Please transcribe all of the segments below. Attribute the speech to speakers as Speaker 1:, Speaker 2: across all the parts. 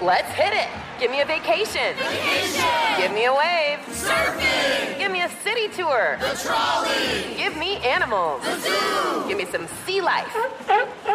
Speaker 1: Let's hit it. Give me a vacation.
Speaker 2: Vacation!
Speaker 1: Give me a wave.
Speaker 2: Surfing!
Speaker 1: Give me a city tour.
Speaker 2: The trolley!
Speaker 1: Give me animals.
Speaker 2: The zoo!
Speaker 1: Give me some sea life.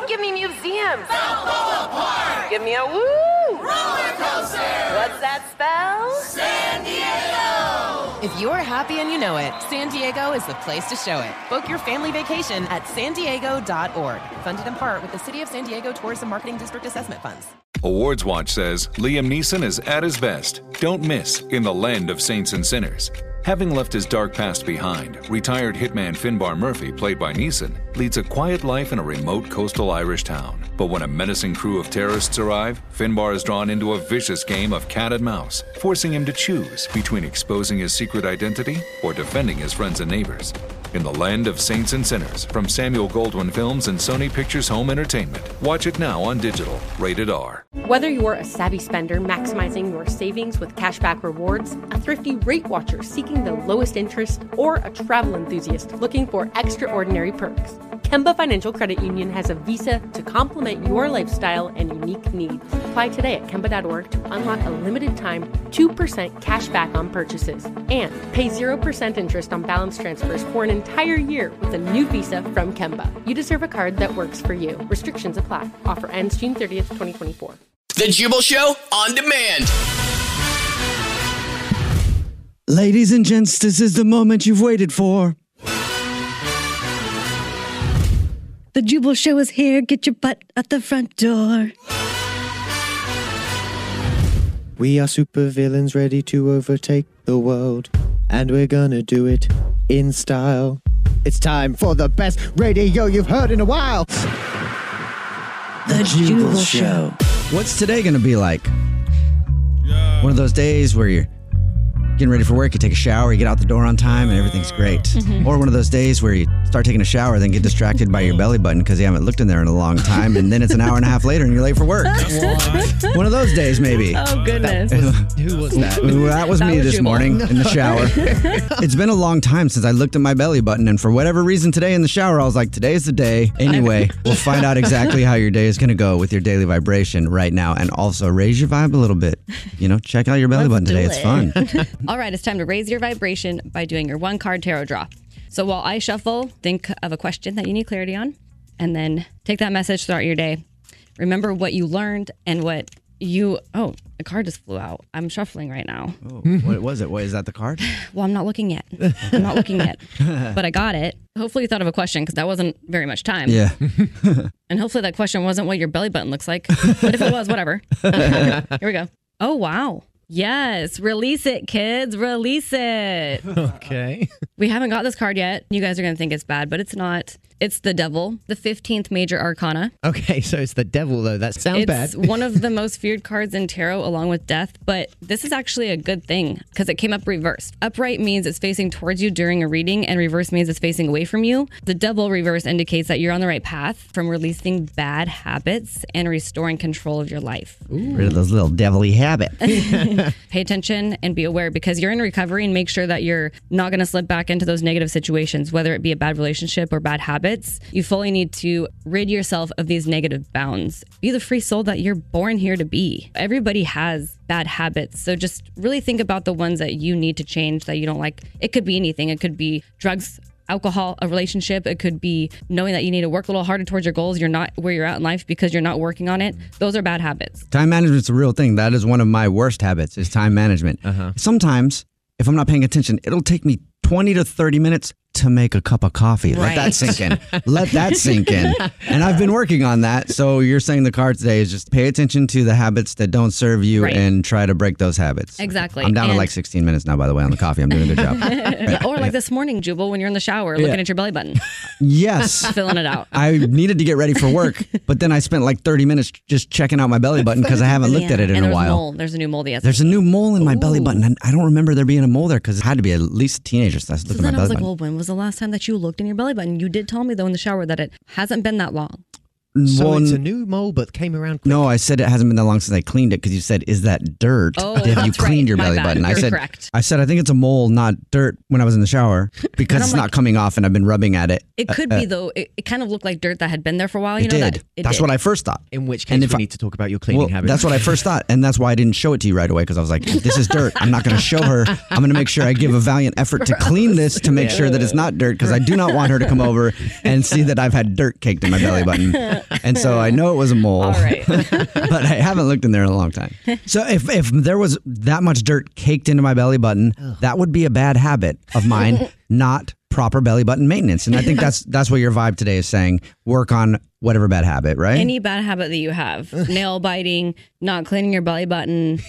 Speaker 1: Give me museums.
Speaker 2: Balboa Park!
Speaker 1: Give me a woo.
Speaker 2: Roller coaster!
Speaker 1: What's that spell?
Speaker 2: San Diego!
Speaker 3: If you're happy and you know it, San Diego is the place to show it. Book your family vacation at san sandiego.org. Funded in part with the City of San Diego Tourism Marketing District Assessment Funds.
Speaker 4: Awards Watch says Liam Neeson is at his best. Don't miss in the land of saints and sinners. Having left his dark past behind, retired hitman Finbar Murphy, played by Neeson, leads a quiet life in a remote coastal Irish town. But when a menacing crew of terrorists arrive, Finbar is drawn into a vicious game of cat and mouse, forcing him to choose between exposing his secret identity or defending his friends and neighbors. In the land of saints and sinners, from Samuel Goldwyn Films and Sony Pictures Home Entertainment. Watch it now on digital. Rated R.
Speaker 5: Whether you're a savvy spender maximizing your savings with cashback rewards, a thrifty rate watcher seeking the lowest interest, or a travel enthusiast looking for extraordinary perks, Kemba Financial Credit Union has a visa to complement your lifestyle and unique needs. Apply today at Kemba.org to unlock a limited time 2% cash back on purchases and pay 0% interest on balance transfers for an entire year with a new visa from Kemba. You deserve a card that works for you. Restrictions apply. Offer ends June 30th, 2024.
Speaker 6: The Jubal Show on demand.
Speaker 7: Ladies and gents, this is the moment you've waited for.
Speaker 8: The Jubal Show is here. Get your butt at the front door.
Speaker 7: We are supervillains ready to overtake the world, and we're gonna do it in style. It's time for the best radio you've heard in a while.
Speaker 8: The Jubal Show.
Speaker 9: What's today going to be like? One of those days where you're getting ready for work, you take a shower, you get out the door on time, and everything's great.
Speaker 5: Mm-hmm.
Speaker 9: Or one of those days where you start taking a shower, then get distracted by your belly button because you haven't looked in there in a long time, and then it's an hour and a half later and you're late for work. one of those days, maybe.
Speaker 5: Oh goodness.
Speaker 9: Who was that? that was
Speaker 5: That
Speaker 9: me
Speaker 5: was
Speaker 9: this
Speaker 5: Jubal.
Speaker 9: morning in the shower. it's been a long time since I looked at my belly button, and for whatever reason, today in the shower, I was like, "Today's the day." Anyway, we'll find out exactly how your day is going to go with your daily vibration right now, and also raise your vibe a little bit. You know, check out your belly button today. It's fun.
Speaker 10: All right, it's time to raise your vibration by doing your one card tarot draw. So while I shuffle, think of a question that you need clarity on, and then take that message throughout your day. Remember what you learned and what you. Oh, a card just flew out. I'm shuffling right now.
Speaker 9: Oh, what was it? What is that? The card?
Speaker 10: Well, I'm not looking yet. I'm not looking yet, but I got it. Hopefully, you thought of a question because that wasn't very much time.
Speaker 9: Yeah.
Speaker 10: And hopefully, that question wasn't what your belly button looks like. but if it was, whatever. Here we go. Oh, wow. Yes, release it, kids. Release it.
Speaker 11: Okay.
Speaker 10: We haven't got this card yet. You guys are going to think it's bad, but it's not. It's the devil, the 15th major arcana.
Speaker 11: Okay, so it's the devil though. That sounds
Speaker 10: it's
Speaker 11: bad.
Speaker 10: one of the most feared cards in tarot along with death, but this is actually a good thing because it came up reversed. Upright means it's facing towards you during a reading, and reverse means it's facing away from you. The devil reverse indicates that you're on the right path from releasing bad habits and restoring control of your life.
Speaker 9: Rid of those little devilly habits.
Speaker 10: Pay attention and be aware because you're in recovery and make sure that you're not going to slip back into those negative situations, whether it be a bad relationship or bad habits. You fully need to rid yourself of these negative bounds. Be the free soul that you're born here to be. Everybody has bad habits. So just really think about the ones that you need to change that you don't like. It could be anything, it could be drugs. Alcohol, a relationship, it could be knowing that you need to work a little harder towards your goals. You're not where you're at in life because you're not working on it. Those are bad habits.
Speaker 9: Time management's a real thing. That is one of my worst habits is time management.
Speaker 10: Uh-huh.
Speaker 9: Sometimes, if I'm not paying attention, it'll take me 20 to 30 minutes to make a cup of coffee. Let that
Speaker 10: Right.
Speaker 9: sink in. Let that sink in. And I've been working on that. So you're saying the card today is just pay attention to the habits that don't serve you
Speaker 10: Right.
Speaker 9: and try to break those habits.
Speaker 10: Exactly.
Speaker 9: I'm down to
Speaker 10: And-
Speaker 9: like 16 minutes now, by the way, on the coffee. I'm doing a good job.
Speaker 10: Yeah, or like this morning, Jubal, when you're in the shower looking at your belly button,
Speaker 9: yes.
Speaker 10: filling it out.
Speaker 9: I needed to get ready for work, but then I spent like 30 minutes just checking out my belly button because I haven't looked at it in
Speaker 10: and
Speaker 9: a
Speaker 10: there's
Speaker 9: while.
Speaker 10: mole. There's a new mole. Yes.
Speaker 9: There's a new mole in my belly button. And I don't remember there being a mole there because it had to be at least a teenager. So I was
Speaker 10: So
Speaker 9: looking at
Speaker 10: then
Speaker 9: my
Speaker 10: I
Speaker 9: belly
Speaker 10: was like,
Speaker 9: button.
Speaker 10: well, when was the last time that you looked in your belly button? You did tell me though in the shower that it hasn't been that long.
Speaker 11: So
Speaker 9: Well,
Speaker 11: it's a
Speaker 9: n-
Speaker 11: new mole, but came around.
Speaker 9: No, I said it hasn't been that long since I cleaned it because you said, "Is that dirt?"
Speaker 11: Oh,
Speaker 9: Have you
Speaker 11: that's right.
Speaker 9: cleaned your
Speaker 11: My
Speaker 9: belly
Speaker 11: bad.
Speaker 9: button? I
Speaker 11: You're
Speaker 9: said,
Speaker 11: correct.
Speaker 9: "I said I think it's a mole, not dirt." When I was in the shower, because
Speaker 10: And
Speaker 9: it's
Speaker 10: I'm
Speaker 9: not coming off, and I've been rubbing at it.
Speaker 10: It
Speaker 9: Uh,
Speaker 10: could
Speaker 9: uh,
Speaker 10: be though. It, it kind of looked like dirt that had been there for a while. You
Speaker 9: It
Speaker 10: know
Speaker 9: did.
Speaker 10: that. It
Speaker 9: that's
Speaker 10: did.
Speaker 9: what I first thought.
Speaker 11: In which
Speaker 9: case,
Speaker 11: we need to talk about your cleaning
Speaker 9: well,
Speaker 11: habits.
Speaker 9: That's what I first thought, and that's why I didn't show it to you right away because I was like, "This is dirt. I'm not going to show her. I'm going to make sure I give a valiant effort to clean this to make sure that it's not dirt because I do not want her to come over and see that I've had dirt caked in my belly button." And so I know it was a mole, but I haven't looked in there in a long time. So if if there was that much dirt caked into my belly button, that would be a bad habit of mine. Not proper belly button maintenance, and I think that's that's what your vibe today is saying. Work on whatever bad habit, right?
Speaker 10: Any bad habit that you have, nail biting, not cleaning your belly button.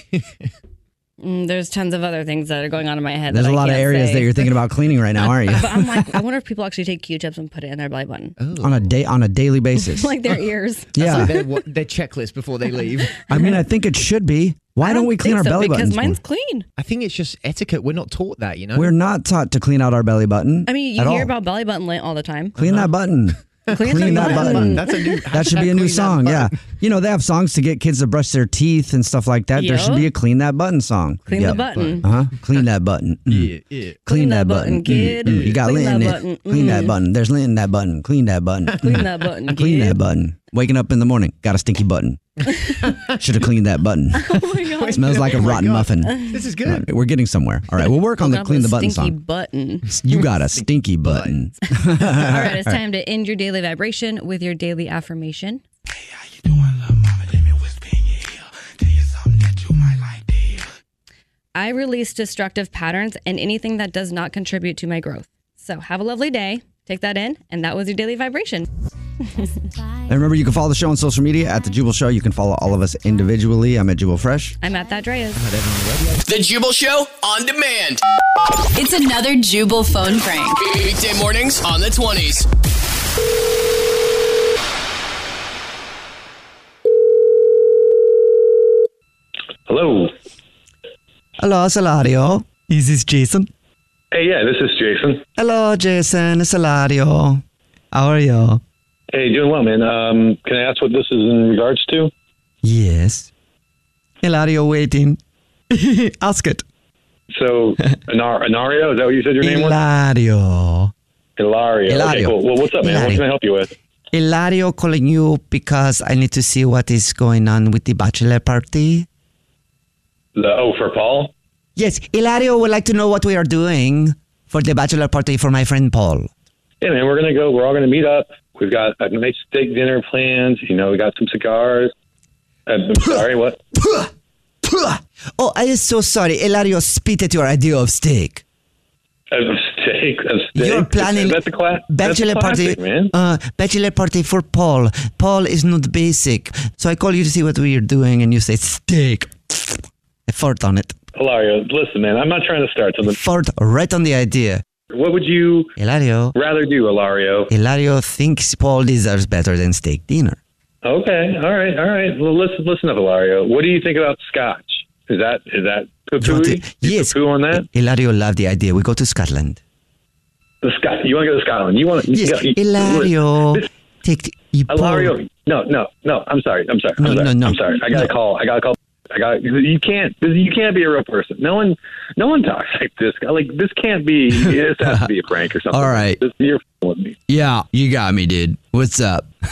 Speaker 10: Mm, There's tons of other things that are going on in my head.
Speaker 9: There's
Speaker 10: that
Speaker 9: a
Speaker 10: I
Speaker 9: lot of
Speaker 10: can't
Speaker 9: areas
Speaker 10: say.
Speaker 9: that you're thinking about cleaning right now, aren't you?
Speaker 10: But I'm like, I wonder if people actually take Q-tips and put it in their belly button,
Speaker 9: on a day on a daily basis.
Speaker 10: like their ears.
Speaker 9: yeah.
Speaker 11: their, wa- their checklist before they leave.
Speaker 9: I mean, I think it should be. Why don't, we clean our belly buttons? more?
Speaker 10: clean.
Speaker 11: I think it's just etiquette. We're not taught that, you know.
Speaker 9: We're not taught to clean out our belly button.
Speaker 10: I mean, you
Speaker 9: at
Speaker 10: hear
Speaker 9: all.
Speaker 10: about Uh-huh. belly button lint all the time.
Speaker 9: clean that button.
Speaker 10: Clean that button. That's a new-
Speaker 9: That should be a new song. Yeah, you know they have songs to get kids to brush their teeth and stuff like that. There should
Speaker 10: Yup.
Speaker 9: be a clean that button song.
Speaker 10: Clean the button.
Speaker 9: Uh huh. Clean that button. Mm.
Speaker 11: Yeah, yeah.
Speaker 9: Clean that button,
Speaker 10: kid.
Speaker 9: Mm, mm. You got
Speaker 10: Clean
Speaker 9: lint in
Speaker 10: that button.
Speaker 9: it. Clean that
Speaker 10: Mm.
Speaker 9: button. There's lint in that button. Clean that button.
Speaker 10: Clean
Speaker 9: Mm.
Speaker 10: that button,
Speaker 9: Clean
Speaker 10: kid.
Speaker 9: that button. Waking up in the morning, got a stinky button. Should have cleaned that button.
Speaker 10: Oh my god.
Speaker 9: Smells like a rotten muffin.
Speaker 10: This is
Speaker 9: All right, We're getting somewhere. All right, we'll work on the clean the button
Speaker 10: stinky
Speaker 9: song.
Speaker 10: button.
Speaker 9: You got a stinky button. All
Speaker 10: All right, it's
Speaker 9: right.
Speaker 10: time to end your daily vibration with your daily affirmation. I release destructive patterns and anything that does not contribute to my growth. So have a lovely day. Take that in, and that was your daily vibration.
Speaker 9: And remember, you can follow the show on social media at The Jubal Show. You can follow all of us individually. I'm at Jubal Fresh.
Speaker 10: I'm at that Dreas.
Speaker 6: The Jubal Show on demand.
Speaker 12: It's another Jubal phone prank.
Speaker 6: Weekday mornings on the 20s.
Speaker 13: Hello.
Speaker 14: Hello, Salario. Is this Jason?
Speaker 13: Hey, yeah, this is Jason.
Speaker 14: Hello, Jason. Salario. How are you?
Speaker 13: Hey, doing well, man. Um, can I ask what this is in regards to?
Speaker 14: Yes. Hilario waiting. Ask it.
Speaker 13: So, Anar- Anario, is that what you said your name was?
Speaker 14: Hilario.
Speaker 13: Hilario. Okay,
Speaker 14: Hilario.
Speaker 13: cool. Well, what's up, man? What
Speaker 14: Hilario.
Speaker 13: can I help you with?
Speaker 14: Hilario calling you because I need to see what is going on with the bachelor party.
Speaker 13: The O for Paul?
Speaker 14: Yes, Hilario would like to know what we are doing for the bachelor party for my friend Paul.
Speaker 13: Yeah, man, we're going to go. We're all going to meet up. We've got a nice steak dinner planned. You know, we got some cigars. Uh, I'm I'm sorry, what?
Speaker 14: Oh, I am so sorry. Hilario spit at your idea of steak.
Speaker 13: A steak? A steak?
Speaker 14: You're planning
Speaker 13: That's a class.
Speaker 14: bachelor
Speaker 13: that's a classic,
Speaker 14: party.
Speaker 13: man.
Speaker 14: Uh, bachelor party for Paul. Paul is not basic, so I call you to see what we are doing, and you say steak. I fart on it.
Speaker 13: Hilario, listen, man, I'm not trying to start something.
Speaker 14: Fart right on the idea.
Speaker 13: What would you
Speaker 14: Hilario.
Speaker 13: rather do, Hilario?
Speaker 14: Hilario thinks Paul deserves better than steak dinner.
Speaker 13: Okay. All right. All right. Well, listen, listen up, Hilario. What do you think about scotch? Is that is that poo
Speaker 14: yes.
Speaker 13: poo on that?
Speaker 14: Hilario loved the idea. We go to Scotland.
Speaker 13: The Scot. You want to go to Scotland? You want to?
Speaker 14: Yes.
Speaker 13: You,
Speaker 14: Hilario. Take you
Speaker 13: Hilario. No, no, no. I'm sorry. I'm sorry. I'm
Speaker 14: No,
Speaker 13: sorry.
Speaker 14: no, no.
Speaker 13: I'm sorry. I got to
Speaker 14: No.
Speaker 13: call. I got to call. I got. You can't. You can't be a real person. No one. No one talks like this. Like this can't be. This has to be a prank or something.
Speaker 9: All right.
Speaker 13: This, you're f***ing with me.
Speaker 9: Yeah, you got me, dude. What's up?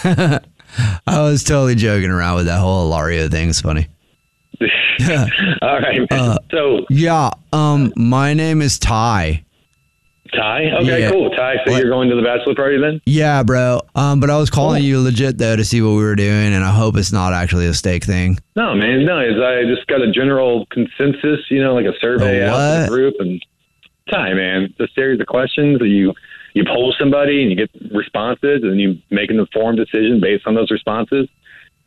Speaker 9: I was totally joking around with that whole Lario thing. It's funny. Uh,
Speaker 13: All right.
Speaker 14: Uh,
Speaker 13: so
Speaker 9: yeah, um, my name is Ty.
Speaker 13: Ty. Okay.
Speaker 9: Yeah.
Speaker 13: Cool. Ty. So you're going to the bachelor party then?
Speaker 9: Yeah, bro. Um, but I was
Speaker 13: Oh.
Speaker 9: calling you legit though to see what we were doing, and I hope it's not actually a steak thing.
Speaker 13: No, man, no. Is I just got a general consensus, you know, like a survey
Speaker 9: A
Speaker 13: out to
Speaker 9: what?
Speaker 13: the group and time, man. It's a series of questions that you you poll somebody and you get responses and you make an informed decision based on those responses.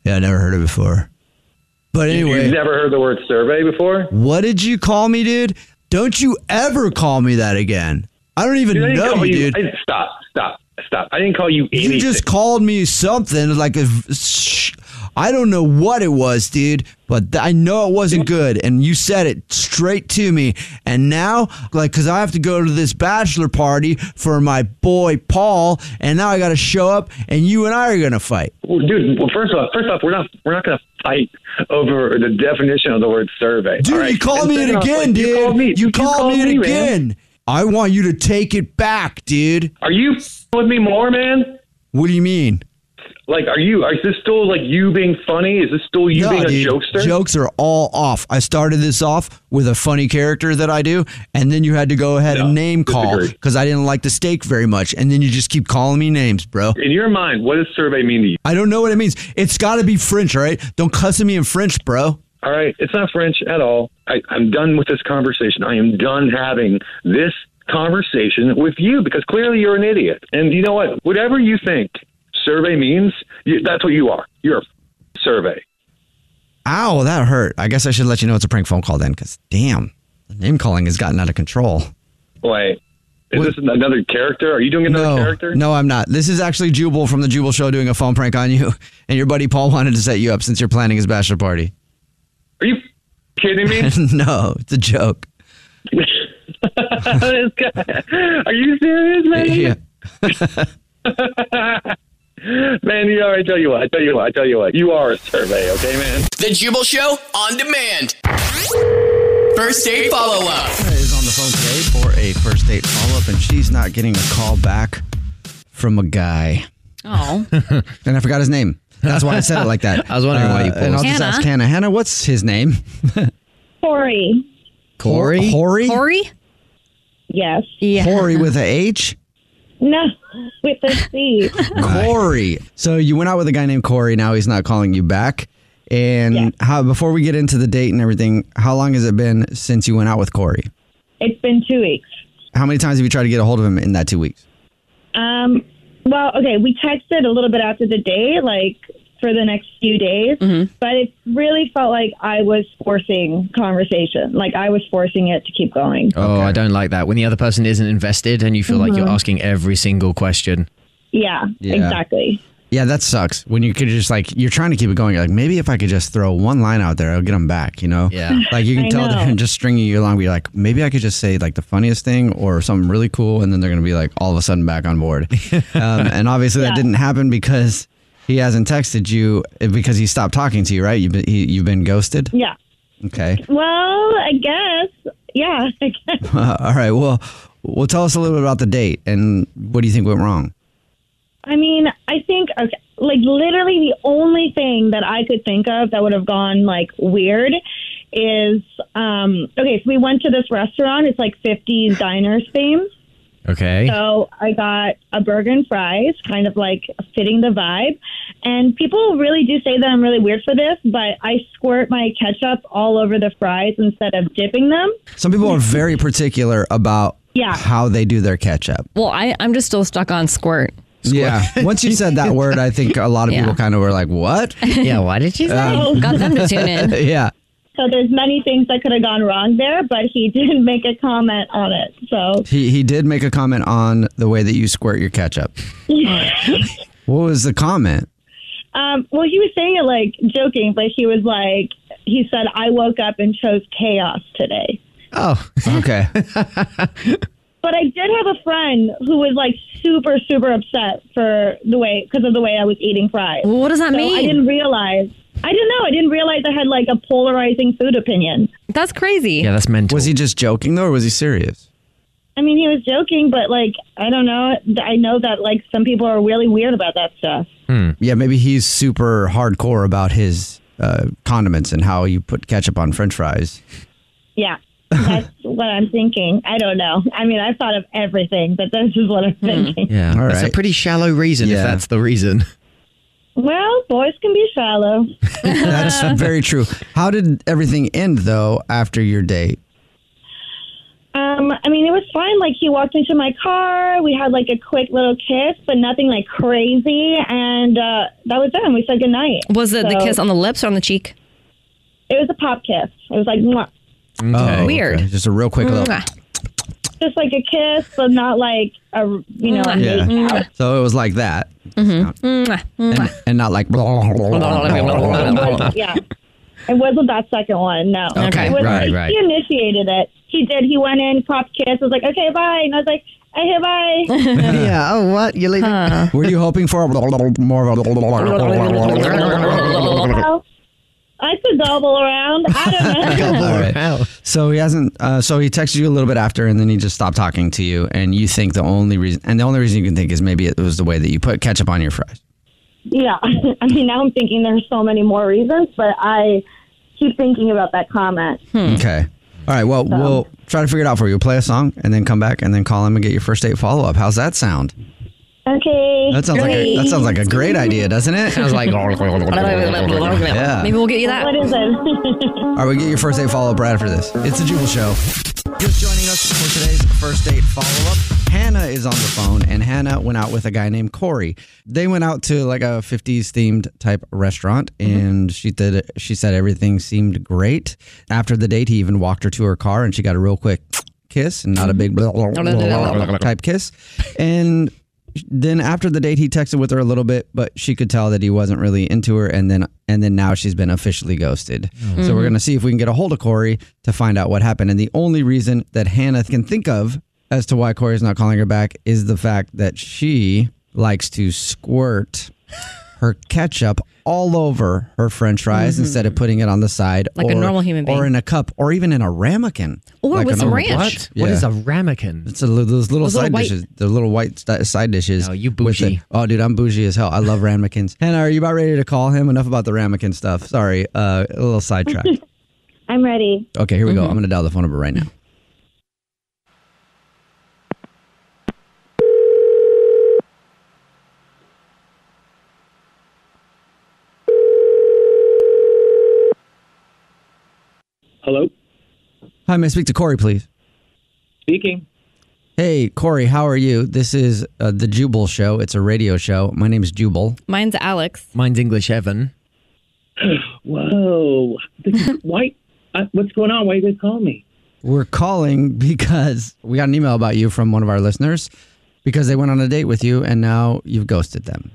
Speaker 9: Yeah, I never heard it before. But anyway,
Speaker 13: you've never heard the word survey before.
Speaker 9: What did you call me, dude? Don't you ever call me that again. I don't even
Speaker 13: Dude, I didn't
Speaker 9: know
Speaker 13: call
Speaker 9: you,
Speaker 13: you-
Speaker 9: dude.
Speaker 13: I- stop, stop, stop. I didn't call you anything.
Speaker 9: You just called me something like a. Sh- I don't know what it was, dude, but th- I know it wasn't good. And you said it straight to me. And now, like, because I have to go to this bachelor party for my boy Paul, and now I got to show up, and you and I are going to fight.
Speaker 13: Well, dude, well, first off, first off, we're not we're not going to fight over the definition of the word survey.
Speaker 9: Dude,
Speaker 13: all right?
Speaker 9: you called
Speaker 13: And
Speaker 9: me it
Speaker 13: second off,
Speaker 9: again,
Speaker 13: like,
Speaker 9: dude.
Speaker 13: You called me.
Speaker 9: You called me it
Speaker 13: man.
Speaker 9: again. I want you to take it back, dude.
Speaker 15: Uh,
Speaker 13: Are you with me more, man?
Speaker 9: What do you mean?
Speaker 13: Like, are you? Is this still like you being funny? Is this still you
Speaker 9: No,
Speaker 13: being a
Speaker 9: dude.
Speaker 13: jokester?
Speaker 9: Jokes are all off. I started this off with a funny character that I do, and then you had to go ahead and name call
Speaker 13: disagree.
Speaker 9: because I didn't like the steak very much, and then you just keep calling me names, bro.
Speaker 13: In your mind, what does survey mean to you?
Speaker 9: I don't know what it means. It's got to be French, all right? Don't cuss at me in French, bro.
Speaker 13: All right, it's not French at all. I, I'm done with this conversation. I am done having this conversation with you because clearly you're an idiot. And you know what? Whatever you think survey means, you, that's what you are. You're a f- survey.
Speaker 9: Ow, that hurt. I guess I should let you know it's a prank phone call then, because damn, the name calling has gotten out of control.
Speaker 13: Wait, is this another character? Are you doing
Speaker 9: no,
Speaker 13: another character?
Speaker 9: No, I'm not. This is actually Jubal from the Jubal Show doing a phone prank on you, and your buddy Paul wanted to set you up since you're planning his bachelor party.
Speaker 13: Are you kidding me?
Speaker 9: no, it's a joke.
Speaker 13: This guy- are you serious, man?
Speaker 9: Yeah.
Speaker 13: man, you know, I tell you what, I tell you what, I tell you what. You are a survey, okay, man?
Speaker 6: The Jubal Show on demand. First date follow up.
Speaker 9: Is on the phone today for a first date follow up, and she's not getting a call back from a guy.
Speaker 10: Oh.
Speaker 9: and I forgot his name. That's why I said it like that. Uh,
Speaker 11: I was wondering why you
Speaker 9: And I'll just
Speaker 10: Hannah.
Speaker 9: ask Hannah. Hannah, what's his name?
Speaker 16: Corey.
Speaker 9: Corey. Corey.
Speaker 10: Corey?
Speaker 16: Yes.
Speaker 10: Yeah.
Speaker 9: Corey with a H.
Speaker 16: No, with a C.
Speaker 9: Corey. So you went out with a guy named Corey. Now he's not calling you back. And how? Before we get into the date and everything, how long has it been since you went out with Corey?
Speaker 16: it's been two weeks.
Speaker 9: How many times have you tried to get a hold of him in that two weeks?
Speaker 16: Um, well, okay, we texted a little bit after the date, like for the next few days,
Speaker 10: Mm-hmm.
Speaker 16: but it really felt like I was forcing conversation. Like I was forcing it to keep going.
Speaker 11: Oh, I don't like that. When the other person isn't invested and you feel like you're
Speaker 16: Mhm.
Speaker 11: asking every single question.
Speaker 16: Yeah,
Speaker 9: Yeah.
Speaker 16: exactly.
Speaker 9: Yeah, that sucks. When you could just like you're trying to keep it going. You're like maybe if I could just throw one line out there, I'll get them back. You know?
Speaker 16: Yeah.
Speaker 9: Like you
Speaker 16: I
Speaker 9: can tell
Speaker 16: know.
Speaker 9: they're just stringing you along. Be like, maybe I could just say like the funniest thing or something really cool, and then they're gonna be like all of a sudden back on board. um, and obviously that didn't happen because he hasn't texted you eh, because he stopped talking to you, right? You've been he, you've been ghosted.
Speaker 16: Yeah.
Speaker 9: Okay.
Speaker 16: Well, I guess. Yeah, I guess.
Speaker 9: all right. Well, well, tell us a little bit about the date and what do you think went wrong?
Speaker 16: I mean, I think okay, like literally the only thing that I could think of that would have gone like weird is um okay, so we went to this restaurant, it's like 50s diners fame.
Speaker 11: Okay.
Speaker 16: So I got a burger and fries, kind of like fitting the vibe. And people really do say that I'm really weird for this, but I squirt my ketchup all over the fries instead of dipping them.
Speaker 9: Some people are very particular about
Speaker 16: Yeah.
Speaker 9: how they do their catch up.
Speaker 10: Well, I, I'm just still stuck on squirt.
Speaker 9: Yeah. Once you said that word, I think a lot of people kind of were like, "What? Um,
Speaker 10: Yeah,
Speaker 11: why did
Speaker 16: you say that? Got them to tune in.
Speaker 9: yeah.
Speaker 16: So there's many things that could have gone wrong there, but he didn't make a comment on it. So
Speaker 9: He he did make a comment on the way that you squirt your ketchup. What was the comment?
Speaker 16: Um, well, he was saying it like joking, but he was like, he said, I woke up and chose chaos today.
Speaker 11: Oh,
Speaker 9: okay.
Speaker 16: But I did have a friend who was like super, super upset for the way, because of the way I was eating fries.
Speaker 10: Well, what does that
Speaker 16: So
Speaker 10: mean?
Speaker 16: I didn't realize. I didn't know. I didn't realize I had like a polarizing food opinion.
Speaker 10: That's crazy.
Speaker 11: that's mental.
Speaker 9: Was he just joking though, or was he serious?
Speaker 16: I mean, he was joking, but like, I don't know. I know that like some people are really weird about that stuff.
Speaker 9: Yeah, maybe he's super hardcore about his uh, condiments and how you put ketchup on French fries.
Speaker 16: Yeah. That's what I'm thinking. I don't know. I mean, I've thought of everything, but this is what I'm
Speaker 10: Hmm.
Speaker 16: thinking.
Speaker 11: Yeah.
Speaker 9: All
Speaker 11: That's a
Speaker 9: right.
Speaker 11: pretty shallow reason if
Speaker 9: Yeah.
Speaker 11: that's the reason.
Speaker 16: Well, boys can be shallow.
Speaker 9: That's very true. How did everything end though after your date?
Speaker 16: Um, I mean, it was fine. Like he walked into my car, we had like a quick little kiss, but nothing like crazy, and uh, that was it. And we said goodnight.
Speaker 10: Was it the
Speaker 16: So-
Speaker 10: kiss on the lips or on the cheek?
Speaker 16: It was a pop kiss. It was like, Mwah.
Speaker 9: Oh,
Speaker 10: Weird.
Speaker 16: Mm-hmm.
Speaker 9: okay. Just a real quick little.
Speaker 10: Mwah.
Speaker 16: just like a kiss, but not like a you know. a make out.
Speaker 9: So it was like that,
Speaker 10: Mm-hmm.
Speaker 9: and, and not like.
Speaker 16: yeah. It wasn't that second one, no.
Speaker 9: Okay,
Speaker 16: It was,
Speaker 9: right,
Speaker 16: he,
Speaker 9: right.
Speaker 16: He initiated it. He did. He went in, popped kiss, was like, okay, bye. And I was like, okay, bye.
Speaker 9: yeah. Oh, what you leaving? Were you hoping for more of a?
Speaker 16: Well, I could double around. I don't know.
Speaker 9: So he hasn't. Uh, so he texted you a little bit after, and then he just stopped talking to you. And you think the only reason, and the only reason you can think is maybe it was the way that you put ketchup on your fries.
Speaker 16: Yeah, I mean, now I'm thinking there's so many more reasons, but I keep thinking about that comment.
Speaker 9: Okay. All right. Well, we'll try to figure it out for you. Play a song, and then come back, and then call him and get your first date follow up. How's that sound?
Speaker 16: Okay.
Speaker 9: That sounds like a, that sounds like a great idea, doesn't it? Sounds like yeah.
Speaker 10: Maybe we'll get you that.
Speaker 16: What is it?
Speaker 9: All right, we get your first date follow up right after this. It's the Jubal Show. Just joining us for today's first date follow up. Hannah is on the phone, and Hannah went out with a guy named Corey. They went out to like a 50s themed type restaurant, and she did. She said everything seemed great. After the date, he even walked her to her car, and she got a real quick kiss, and not a big blah, blah, blah, blah, blah type kiss. And then after the date, he texted with her a little bit, but she could tell that he wasn't really into her. And then and then now she's been officially ghosted.
Speaker 11: Oh.
Speaker 9: So we're
Speaker 11: Mhm.
Speaker 9: gonna see if we can get a hold of Corey to find out what happened. And the only reason that Hannah can think of as to why Corey's not calling her back is the fact that she likes to squirt her ketchup all over her French fries
Speaker 10: Mhm.
Speaker 9: instead of putting it on the side,
Speaker 10: Like a normal human
Speaker 9: or
Speaker 10: being.
Speaker 9: in a cup, or even in a ramekin,
Speaker 10: Or with
Speaker 9: an
Speaker 10: some
Speaker 9: old-
Speaker 10: ranch.
Speaker 11: What? What is a ramekin?
Speaker 9: It's a, li- those little
Speaker 11: Those little
Speaker 9: side
Speaker 11: white-
Speaker 9: dishes. The little white sti- side dishes. Oh, you
Speaker 11: bougie.
Speaker 9: oh, dude, I'm bougie as hell. I love ramekins. Hannah, are you about ready to call him? Enough about the ramekin stuff. Sorry, uh, a little sidetrack.
Speaker 16: I'm ready.
Speaker 9: Okay, here we
Speaker 16: Mm-hmm.
Speaker 9: go. I'm going to dial the phone number right now.
Speaker 17: Hello.
Speaker 9: Hi, may I speak to Corey, please?
Speaker 17: Speaking.
Speaker 9: Hey, Corey, how are you? This is uh, the Jubal Show. It's a radio show. My name's Jubal.
Speaker 10: Mine's Alex.
Speaker 11: Mine's English Evan.
Speaker 17: Whoa. This is, why? Uh, what's going on? Why you guys calling me?
Speaker 9: We're calling because we got an email about you from one of our listeners because they went on a date with you and now you've ghosted them.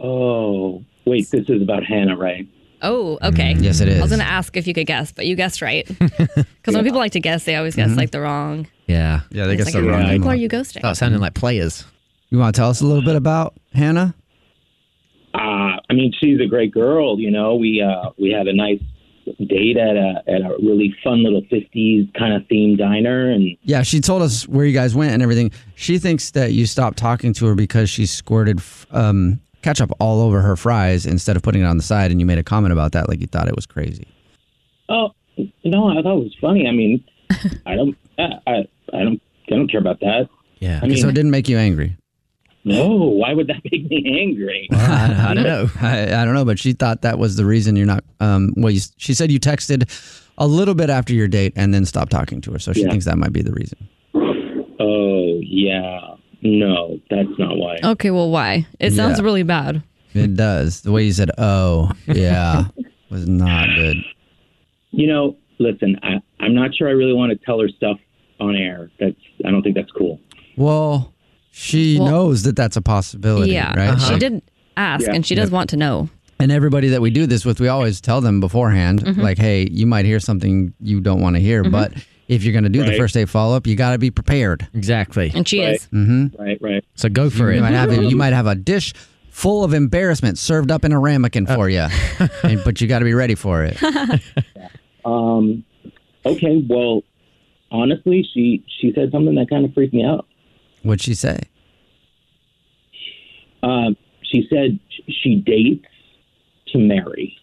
Speaker 17: Oh, wait. This is about Hannah, right?
Speaker 10: Oh, okay.
Speaker 9: Mm, Yes, it
Speaker 10: I was
Speaker 9: is.
Speaker 10: going to ask if you could guess, but you guessed right. Because when people like to guess, they always guess
Speaker 11: Mhm.
Speaker 9: Mm-hmm.
Speaker 10: like the wrong.
Speaker 11: Yeah. Yeah,
Speaker 10: It's like, "How many people are you ghosting?
Speaker 11: Start sounding like players.
Speaker 9: You want to tell us a little bit about Hannah?
Speaker 17: Uh, I mean, she's a great girl. You know, we uh, we had a nice date at a at a really fun little '50s kind of themed diner, and
Speaker 9: Yeah, she told us where you guys went and everything. She thinks that you stopped talking to her because she squirted f- um, ketchup all over her fries instead of putting it on the side, and you made a comment about that, like you thought it was crazy.
Speaker 17: oh no, I thought it was funny. I mean, I don't, I, I, I don't, I don't care about that.
Speaker 11: Yeah.
Speaker 17: I mean,
Speaker 9: so it didn't make you angry.
Speaker 17: no. Why would that make me angry?
Speaker 9: I don't know. I, I don't know, but she thought that was the reason you're not. Um, well, you, she said you texted a little bit after your date and then stopped talking to her, so she
Speaker 17: Yeah.
Speaker 9: thinks that might be the reason.
Speaker 17: Oh yeah, no, that's not why.
Speaker 10: Okay, well, why? It sounds
Speaker 9: Yeah.
Speaker 10: really bad.
Speaker 9: It does. The way you said, "Oh, yeah," was not good.
Speaker 17: You know, listen, I, I'm not sure I really want to tell her stuff on air. That's I don't think that's cool.
Speaker 9: Well, she knows that that's a possibility.
Speaker 10: yeah. uh-huh.
Speaker 9: right.
Speaker 10: She
Speaker 9: Like-
Speaker 10: did ask,
Speaker 9: Yeah.
Speaker 10: and she does
Speaker 9: Yep.
Speaker 10: want to know.
Speaker 9: And everybody that we do this with, we always tell them beforehand,
Speaker 10: Mhm.
Speaker 9: like, hey, you might hear something you don't want to hear,
Speaker 10: Mhm.
Speaker 9: but if you're going to do the
Speaker 11: Right.
Speaker 9: first date follow up, you got to be prepared.
Speaker 11: Exactly.
Speaker 10: And she is.
Speaker 9: Mm-hmm.
Speaker 17: Right, right.
Speaker 11: So go for
Speaker 9: you,
Speaker 11: it.
Speaker 9: Might have, you might have a dish full of embarrassment served up in a ramekin for you,
Speaker 11: Uh.
Speaker 9: and, but you got to be ready for it.
Speaker 17: Um, okay, well, honestly, she she said something that kind of freaked me out.
Speaker 9: What'd she say?
Speaker 17: Um, she said sh- she dates to marry.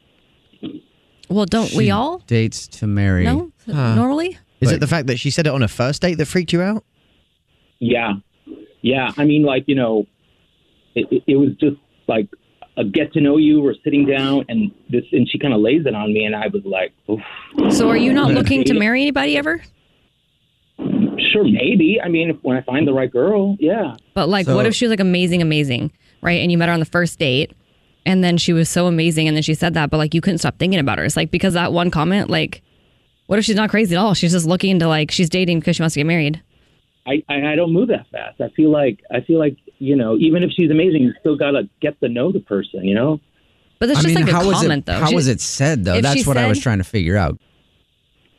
Speaker 10: Well, don't
Speaker 11: She-
Speaker 10: we all?
Speaker 9: Dates to marry.
Speaker 10: No? Normally?
Speaker 11: Is it the fact that she said it on a first date that freaked you out?
Speaker 17: Yeah, yeah. I mean, like you know, it, it, it was just like a get to know you. We're sitting down, and this, and she kind of lays it on me, and I was like, Oof.
Speaker 10: So are you not looking to marry anybody ever?
Speaker 17: Sure, maybe. I mean, if, when I find the right girl, yeah.
Speaker 10: But like,
Speaker 17: So-
Speaker 10: what if she was like amazing, amazing, right? And you met her on the first date, and then she was so amazing, and then she said that, but like you couldn't stop thinking about her. It's like because that one comment, like, what if she's not crazy at all? She's just looking to like she's dating because she wants to get married.
Speaker 17: I, I, I don't move that fast. I feel like I feel like you know, even if she's amazing, you still gotta get to know the person. You know.
Speaker 10: But that's
Speaker 9: I
Speaker 10: just
Speaker 9: mean,
Speaker 10: like
Speaker 9: how
Speaker 10: a
Speaker 9: was
Speaker 10: comment,
Speaker 9: it,
Speaker 10: though.
Speaker 9: How
Speaker 10: She-
Speaker 9: was it said though?
Speaker 10: if
Speaker 9: That's
Speaker 10: she
Speaker 9: what I was
Speaker 10: said-
Speaker 9: trying to figure out.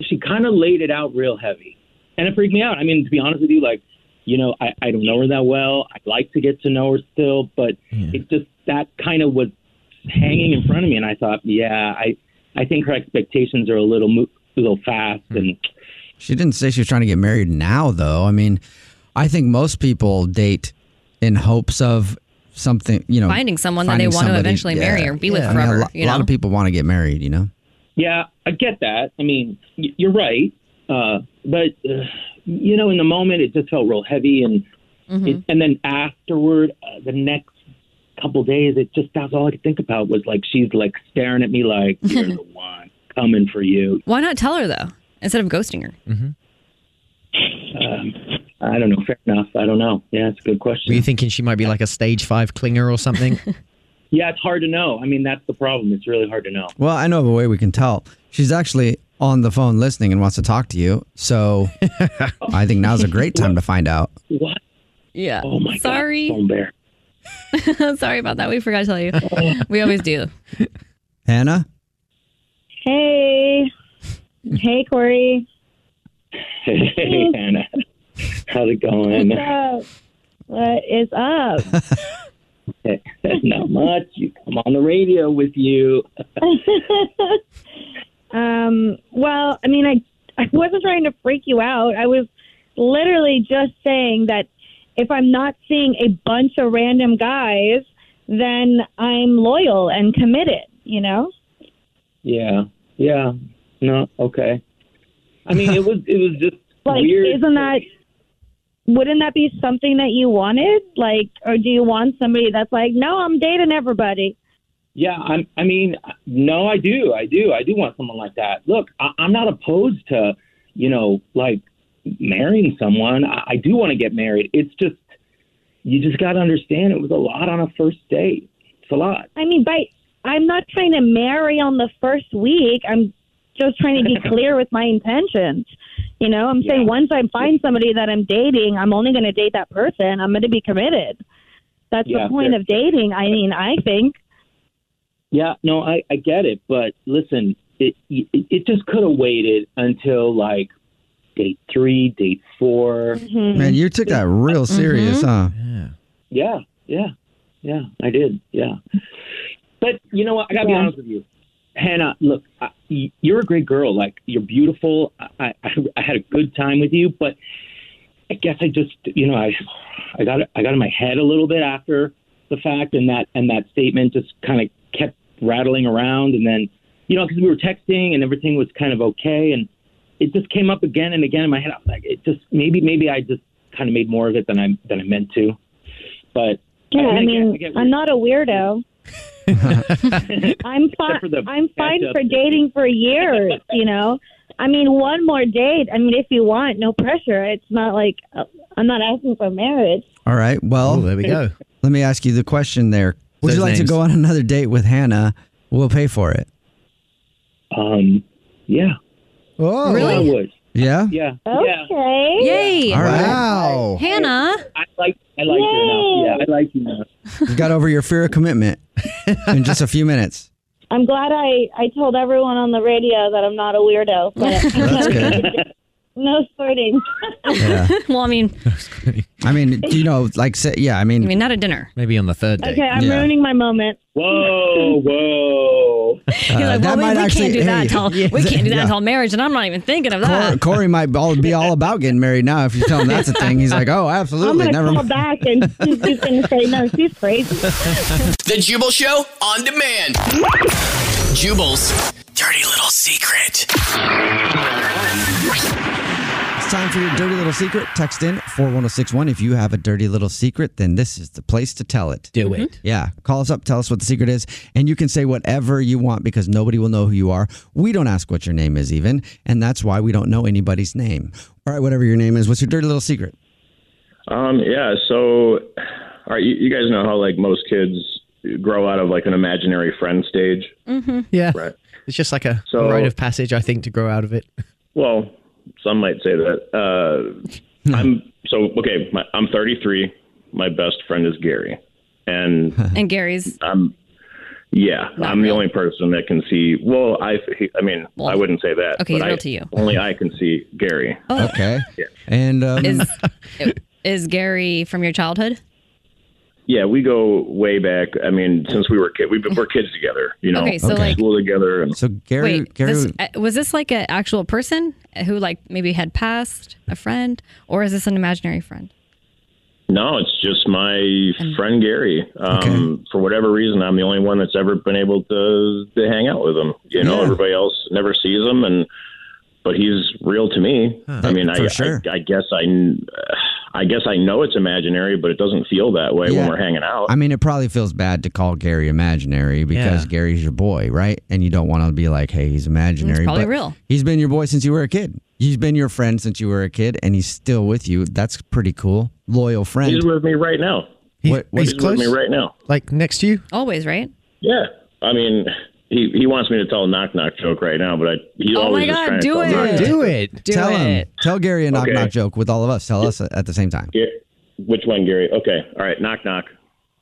Speaker 17: she kind of laid it out real heavy, and it freaked me out. I mean, to be honest with you, like, you know, I, I don't know her that well. I'd like to get to know her still, but it just that kind of was hanging in front of me, and I thought, yeah, I I think her expectations are a little mo- a little fast, and
Speaker 9: She didn't say she was trying to get married now, though. I mean, I think most people date in hopes of something, you know,
Speaker 10: Finding someone that they want to eventually marry or be with
Speaker 9: I mean,
Speaker 10: forever,
Speaker 9: a, lo-
Speaker 10: you
Speaker 9: a lot
Speaker 10: know?
Speaker 9: of people want to get married, you know.
Speaker 17: yeah, I get that. I mean, y- you're right, uh, but uh, you know, in the moment, it just felt real heavy, and It,
Speaker 10: Mm-hmm.
Speaker 17: and then afterward, uh, the next couple days, it just that's all I could think about was like she's like staring at me like you're the one coming for you.
Speaker 10: Mm-hmm. Why not tell her though instead of ghosting her?
Speaker 17: Um, I don't know. Fair enough. I don't know. Yeah, it's a good question.
Speaker 11: Were you thinking she might be like a stage five clinger or something?
Speaker 17: Yeah, it's hard to know. I mean, that's the problem. It's really hard to know.
Speaker 9: Well, I know of a way we can tell. She's actually on the phone listening and wants to talk to you. So I think now's a great time to find out.
Speaker 17: What?
Speaker 10: Yeah.
Speaker 17: Oh my
Speaker 10: Sorry.
Speaker 17: God. Bear.
Speaker 10: Sorry about that. We forgot to tell you. we always do.
Speaker 9: Hannah?
Speaker 16: Hey. Hey, Corey.
Speaker 10: Mm-hmm.
Speaker 17: Hey, Hannah. How's it going?
Speaker 16: What's up? What is up?
Speaker 17: Not much. You come on the radio with you.
Speaker 16: um, well, I mean, I, I wasn't trying to freak you out. I was literally just saying that if I'm not seeing a bunch of random guys, then I'm loyal and committed, you know?
Speaker 17: Yeah. Yeah. No. Okay. I mean, it was it was just
Speaker 16: Like,
Speaker 17: weird.
Speaker 16: isn't that, wouldn't that be something that you wanted? Like, or do you want somebody that's like, no, I'm dating everybody?
Speaker 17: Yeah, I'm, I mean, no, I do, I do, I do want someone like that. Look, I, I'm not opposed to, you know, like marrying someone. I, I do want to get married. It's just, you just got to understand, it was a lot on a first date. It's a lot.
Speaker 16: I mean, by I'm not trying to marry on the first week. I'm just trying to be clear with my intentions. You know, I'm saying once I find somebody that I'm dating, I'm only going to date that person. I'm going to be committed. That's
Speaker 17: Yeah,
Speaker 16: the point
Speaker 17: fair.
Speaker 16: of dating. I mean, I think.
Speaker 17: Yeah, no, I, I get it, but listen, it it, it just could have waited until like date three, date 4
Speaker 9: Man, you took
Speaker 17: Mm-hmm.
Speaker 9: that real serious,
Speaker 10: Mm-hmm.
Speaker 9: huh?
Speaker 17: Yeah, yeah, yeah. I did. Yeah, but you know what? I gotta be
Speaker 2: Yeah.
Speaker 17: honest with you, Hannah. Look, I, y- you're a great girl. Like you're beautiful. I, I I had a good time with you, but I guess I just you know I I got I got in my head a little bit after the fact, and that and that statement just kind of kept rattling around, and then you know because we were texting and everything was kind of okay, and it just came up again and again in my head. I was like, it just maybe maybe I just kind of made more of it than I than I meant to, but.
Speaker 16: Yeah, I,
Speaker 17: and again,
Speaker 16: mean,
Speaker 17: get
Speaker 16: I'm not a weirdo. I'm fine.
Speaker 17: for the
Speaker 16: I'm fine
Speaker 17: catch-up.
Speaker 16: for dating for years. You know, I mean, one more date. I mean, if you want, no pressure. It's not like uh, I'm not asking for marriage.
Speaker 9: All right. Well,
Speaker 11: there we go.
Speaker 9: Let me ask you the question there. Would
Speaker 11: Those
Speaker 9: you like
Speaker 11: names.
Speaker 9: to go on another date with Hannah? We'll pay for it.
Speaker 17: Um, yeah.
Speaker 9: Oh,
Speaker 17: I would.
Speaker 9: Yeah?
Speaker 17: Yeah.
Speaker 16: Okay.
Speaker 10: Yay.
Speaker 9: All right. Wow.
Speaker 10: Hannah.
Speaker 17: I like I like you enough. Yeah, I like you enough.
Speaker 9: You got over your fear of commitment in just a few minutes.
Speaker 16: I'm glad I I told everyone on the radio that I'm not a weirdo.
Speaker 9: That's good.
Speaker 16: But no sorting.
Speaker 9: Yeah.
Speaker 10: well, I mean,
Speaker 9: I mean, do you know, like, say, yeah, I mean,
Speaker 10: I mean, not at dinner.
Speaker 11: maybe on the third date.
Speaker 16: Okay, I'm ruining my moment.
Speaker 17: Whoa, whoa.
Speaker 10: He's like, well,
Speaker 9: Uh, that
Speaker 10: we,
Speaker 9: might
Speaker 10: we
Speaker 9: actually-
Speaker 10: can't do that
Speaker 9: hey,
Speaker 10: until we
Speaker 9: yeah.
Speaker 10: can't do that
Speaker 9: Yeah.
Speaker 10: until marriage, and I'm not even thinking of that.
Speaker 9: Cor- Corey might all, be all about getting married now if you tell him that's a thing. He's like, oh,
Speaker 16: I'm
Speaker 9: absolutely.
Speaker 16: gonna
Speaker 9: Never
Speaker 16: call
Speaker 9: mind.
Speaker 16: back and she's just gonna say no. She's crazy.
Speaker 6: The Jubal Show on demand. Jubal's dirty little secret.
Speaker 9: It's time for your dirty little secret. Text in 41061. If you have a dirty little secret, then this is the place to tell it.
Speaker 11: Do it.
Speaker 9: Yeah. Call us up, tell us what the secret is, and you can say whatever you want because nobody will know who you are. We don't ask what your name is, even, and that's why we don't know anybody's name. All right, whatever your name is, what's your dirty little secret?
Speaker 18: Um, yeah. So, all right, you, you guys know how like most kids grow out of like an imaginary friend stage,
Speaker 11: Mm-hmm. Yeah.
Speaker 18: right?
Speaker 11: It's just like a
Speaker 18: So-
Speaker 11: rite of passage, I think, to grow out of it.
Speaker 18: Well, some might say that. Uh, I'm so okay. My, I'm 33. My best friend is Gary, and
Speaker 10: And Gary's
Speaker 18: I'm yeah. I'm the only person that can see. Well, I he- I mean I wouldn't say that.
Speaker 10: Okay,
Speaker 18: but
Speaker 10: he's real
Speaker 18: I-
Speaker 10: to you. Oh.
Speaker 18: Only I can see Gary.
Speaker 9: Okay. And um,
Speaker 10: is is Gary from your childhood?
Speaker 18: Yeah, we go way back. I mean, since we were kid, we've been we're kids together. You know,
Speaker 10: Okay, so,
Speaker 18: went to
Speaker 10: like-
Speaker 18: school together. And,
Speaker 9: so Gary,
Speaker 10: Wait, this, uh, was this like an actual person who like maybe had passed a friend, or is this an imaginary friend?
Speaker 18: No, it's just my friend Gary. Um, For whatever reason, I'm the only one that's ever been able to to hang out with him. You know, everybody else never sees him, and but he's real to me. I mean, I,
Speaker 9: For sure.
Speaker 18: I I guess I kn- I guess I know it's imaginary, but it doesn't feel that way when
Speaker 9: Yeah.
Speaker 18: we're hanging out.
Speaker 9: I mean, it probably feels bad to call Gary imaginary because
Speaker 18: Yeah.
Speaker 9: Gary's your boy, right? And you don't want to be like, hey, he's imaginary.
Speaker 10: probably
Speaker 9: but
Speaker 10: real.
Speaker 9: He's been your boy since you were a kid. He's been your friend since you were a kid, and he's still with you. That's pretty cool. Loyal friend.
Speaker 18: He's with me right now.
Speaker 9: What- what-
Speaker 18: he's with me right now.
Speaker 11: Like next to you?
Speaker 10: Always, right?
Speaker 18: Yeah, I mean, he he wants me to tell a knock knock joke right now, but I he's
Speaker 10: Oh my
Speaker 18: always
Speaker 10: God,
Speaker 18: just trying
Speaker 10: do
Speaker 18: to tell knock-knock.
Speaker 10: it. Do it. Do
Speaker 9: Tell him.
Speaker 10: it.
Speaker 9: Tell Gary a knock
Speaker 18: Okay.
Speaker 9: knock joke with all of us. Tell us at the same time.
Speaker 18: Yeah. Which one, Gary? Okay, all right, knock knock.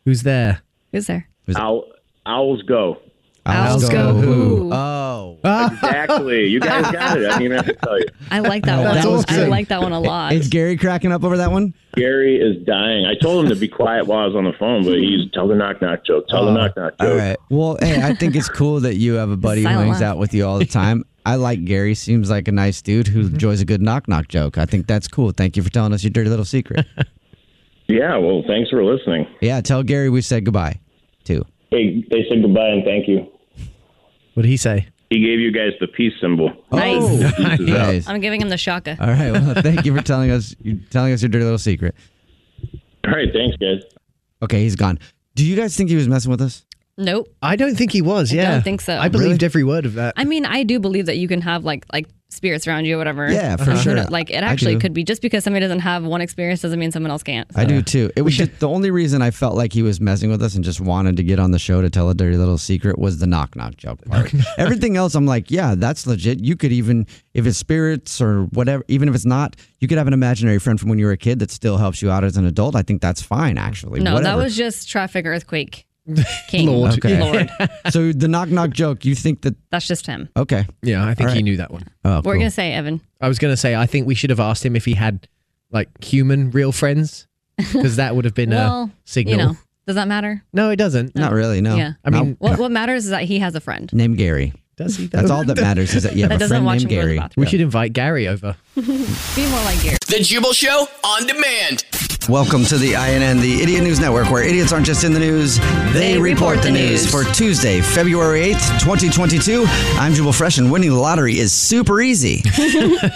Speaker 11: Who's there?
Speaker 10: Who's there?
Speaker 18: Owl, owls go.
Speaker 10: Owls go who?
Speaker 9: Oh.
Speaker 18: Exactly. You guys got it. I didn't even have to tell you.
Speaker 10: I like that
Speaker 9: That's
Speaker 10: one. I
Speaker 9: awesome.
Speaker 10: like that one a lot.
Speaker 9: Is Gary cracking up over that one?
Speaker 18: Gary is dying. I told him to be quiet while I was on the phone, but he's tell the knock knock joke. Tell the knock knock joke.
Speaker 9: All right. Well, hey, I think it's cool that you have a buddy who
Speaker 18: Silent
Speaker 9: hangs
Speaker 18: laugh.
Speaker 9: out with you all the time. I like Gary. Seems like a nice dude who
Speaker 10: Mm-hmm.
Speaker 9: enjoys a good knock knock joke. I think that's cool. Thank you for telling us your dirty little secret.
Speaker 18: Yeah. Well, thanks for listening.
Speaker 9: yeah, tell Gary we said goodbye too.
Speaker 18: Hey, they said goodbye and thank you.
Speaker 11: What did he say?
Speaker 18: He gave you guys the peace symbol.
Speaker 10: Nice.
Speaker 18: Peace is out.
Speaker 10: I'm giving him the shaka.
Speaker 9: All right. Well, thank you for telling us you telling us your dirty little secret.
Speaker 18: All right. Thanks, guys.
Speaker 9: Okay, he's gone. Do you guys think he was messing with us?
Speaker 10: Nope.
Speaker 11: I don't think he was.
Speaker 10: I
Speaker 11: Yeah,
Speaker 10: don't think so.
Speaker 11: I believed every word of that.
Speaker 10: I mean, I do believe that you can have like like spirits around you or whatever.
Speaker 9: Yeah, for
Speaker 10: Uh-huh.
Speaker 9: sure.
Speaker 10: Like it
Speaker 9: I
Speaker 10: actually
Speaker 9: do.
Speaker 10: could be just because somebody doesn't have one experience doesn't mean someone else can't.
Speaker 9: I do too. It was just, the only reason I felt like he was messing with us and just wanted to get on the show to tell a dirty little secret was the knock knock joke part. Everything else, I'm like, yeah, that's legit. You could even, if it's spirits or whatever, even if it's not, you could have an imaginary friend from when you were a kid that still helps you out as an adult. I think that's fine, actually.
Speaker 10: no,
Speaker 9: Whatever.
Speaker 10: that was just traffic earthquake. King
Speaker 9: Okay.
Speaker 10: Lord.
Speaker 9: so the knock knock joke, you think that?
Speaker 10: That's just him.
Speaker 9: Okay.
Speaker 11: Yeah, I think
Speaker 9: All
Speaker 11: he
Speaker 9: right.
Speaker 11: knew that one.
Speaker 9: Oh,
Speaker 10: What were you gonna say, Evan?
Speaker 11: I was gonna say I think we should have asked him if he had like human real friends because that would have been a
Speaker 10: well,
Speaker 11: signal.
Speaker 10: you know, does that matter?
Speaker 11: No, it doesn't.
Speaker 9: Not really. No.
Speaker 10: Yeah.
Speaker 11: I mean,
Speaker 10: What what matters is that he has a friend.
Speaker 9: name Gary.
Speaker 11: Does he?
Speaker 9: That's all that matters is that you have
Speaker 10: That
Speaker 9: a
Speaker 10: doesn't
Speaker 9: friend
Speaker 10: watch
Speaker 9: named
Speaker 10: him go to the
Speaker 9: Gary.
Speaker 11: we should invite Gary over.
Speaker 10: Be more like Gary.
Speaker 6: The Jubal Show on demand.
Speaker 9: Welcome to the INN, the Idiot News Network, where idiots aren't just in the news, they, report, the news. For Tuesday, February 8th, 2022, I'm Jubal Fresh, and winning the lottery is super easy.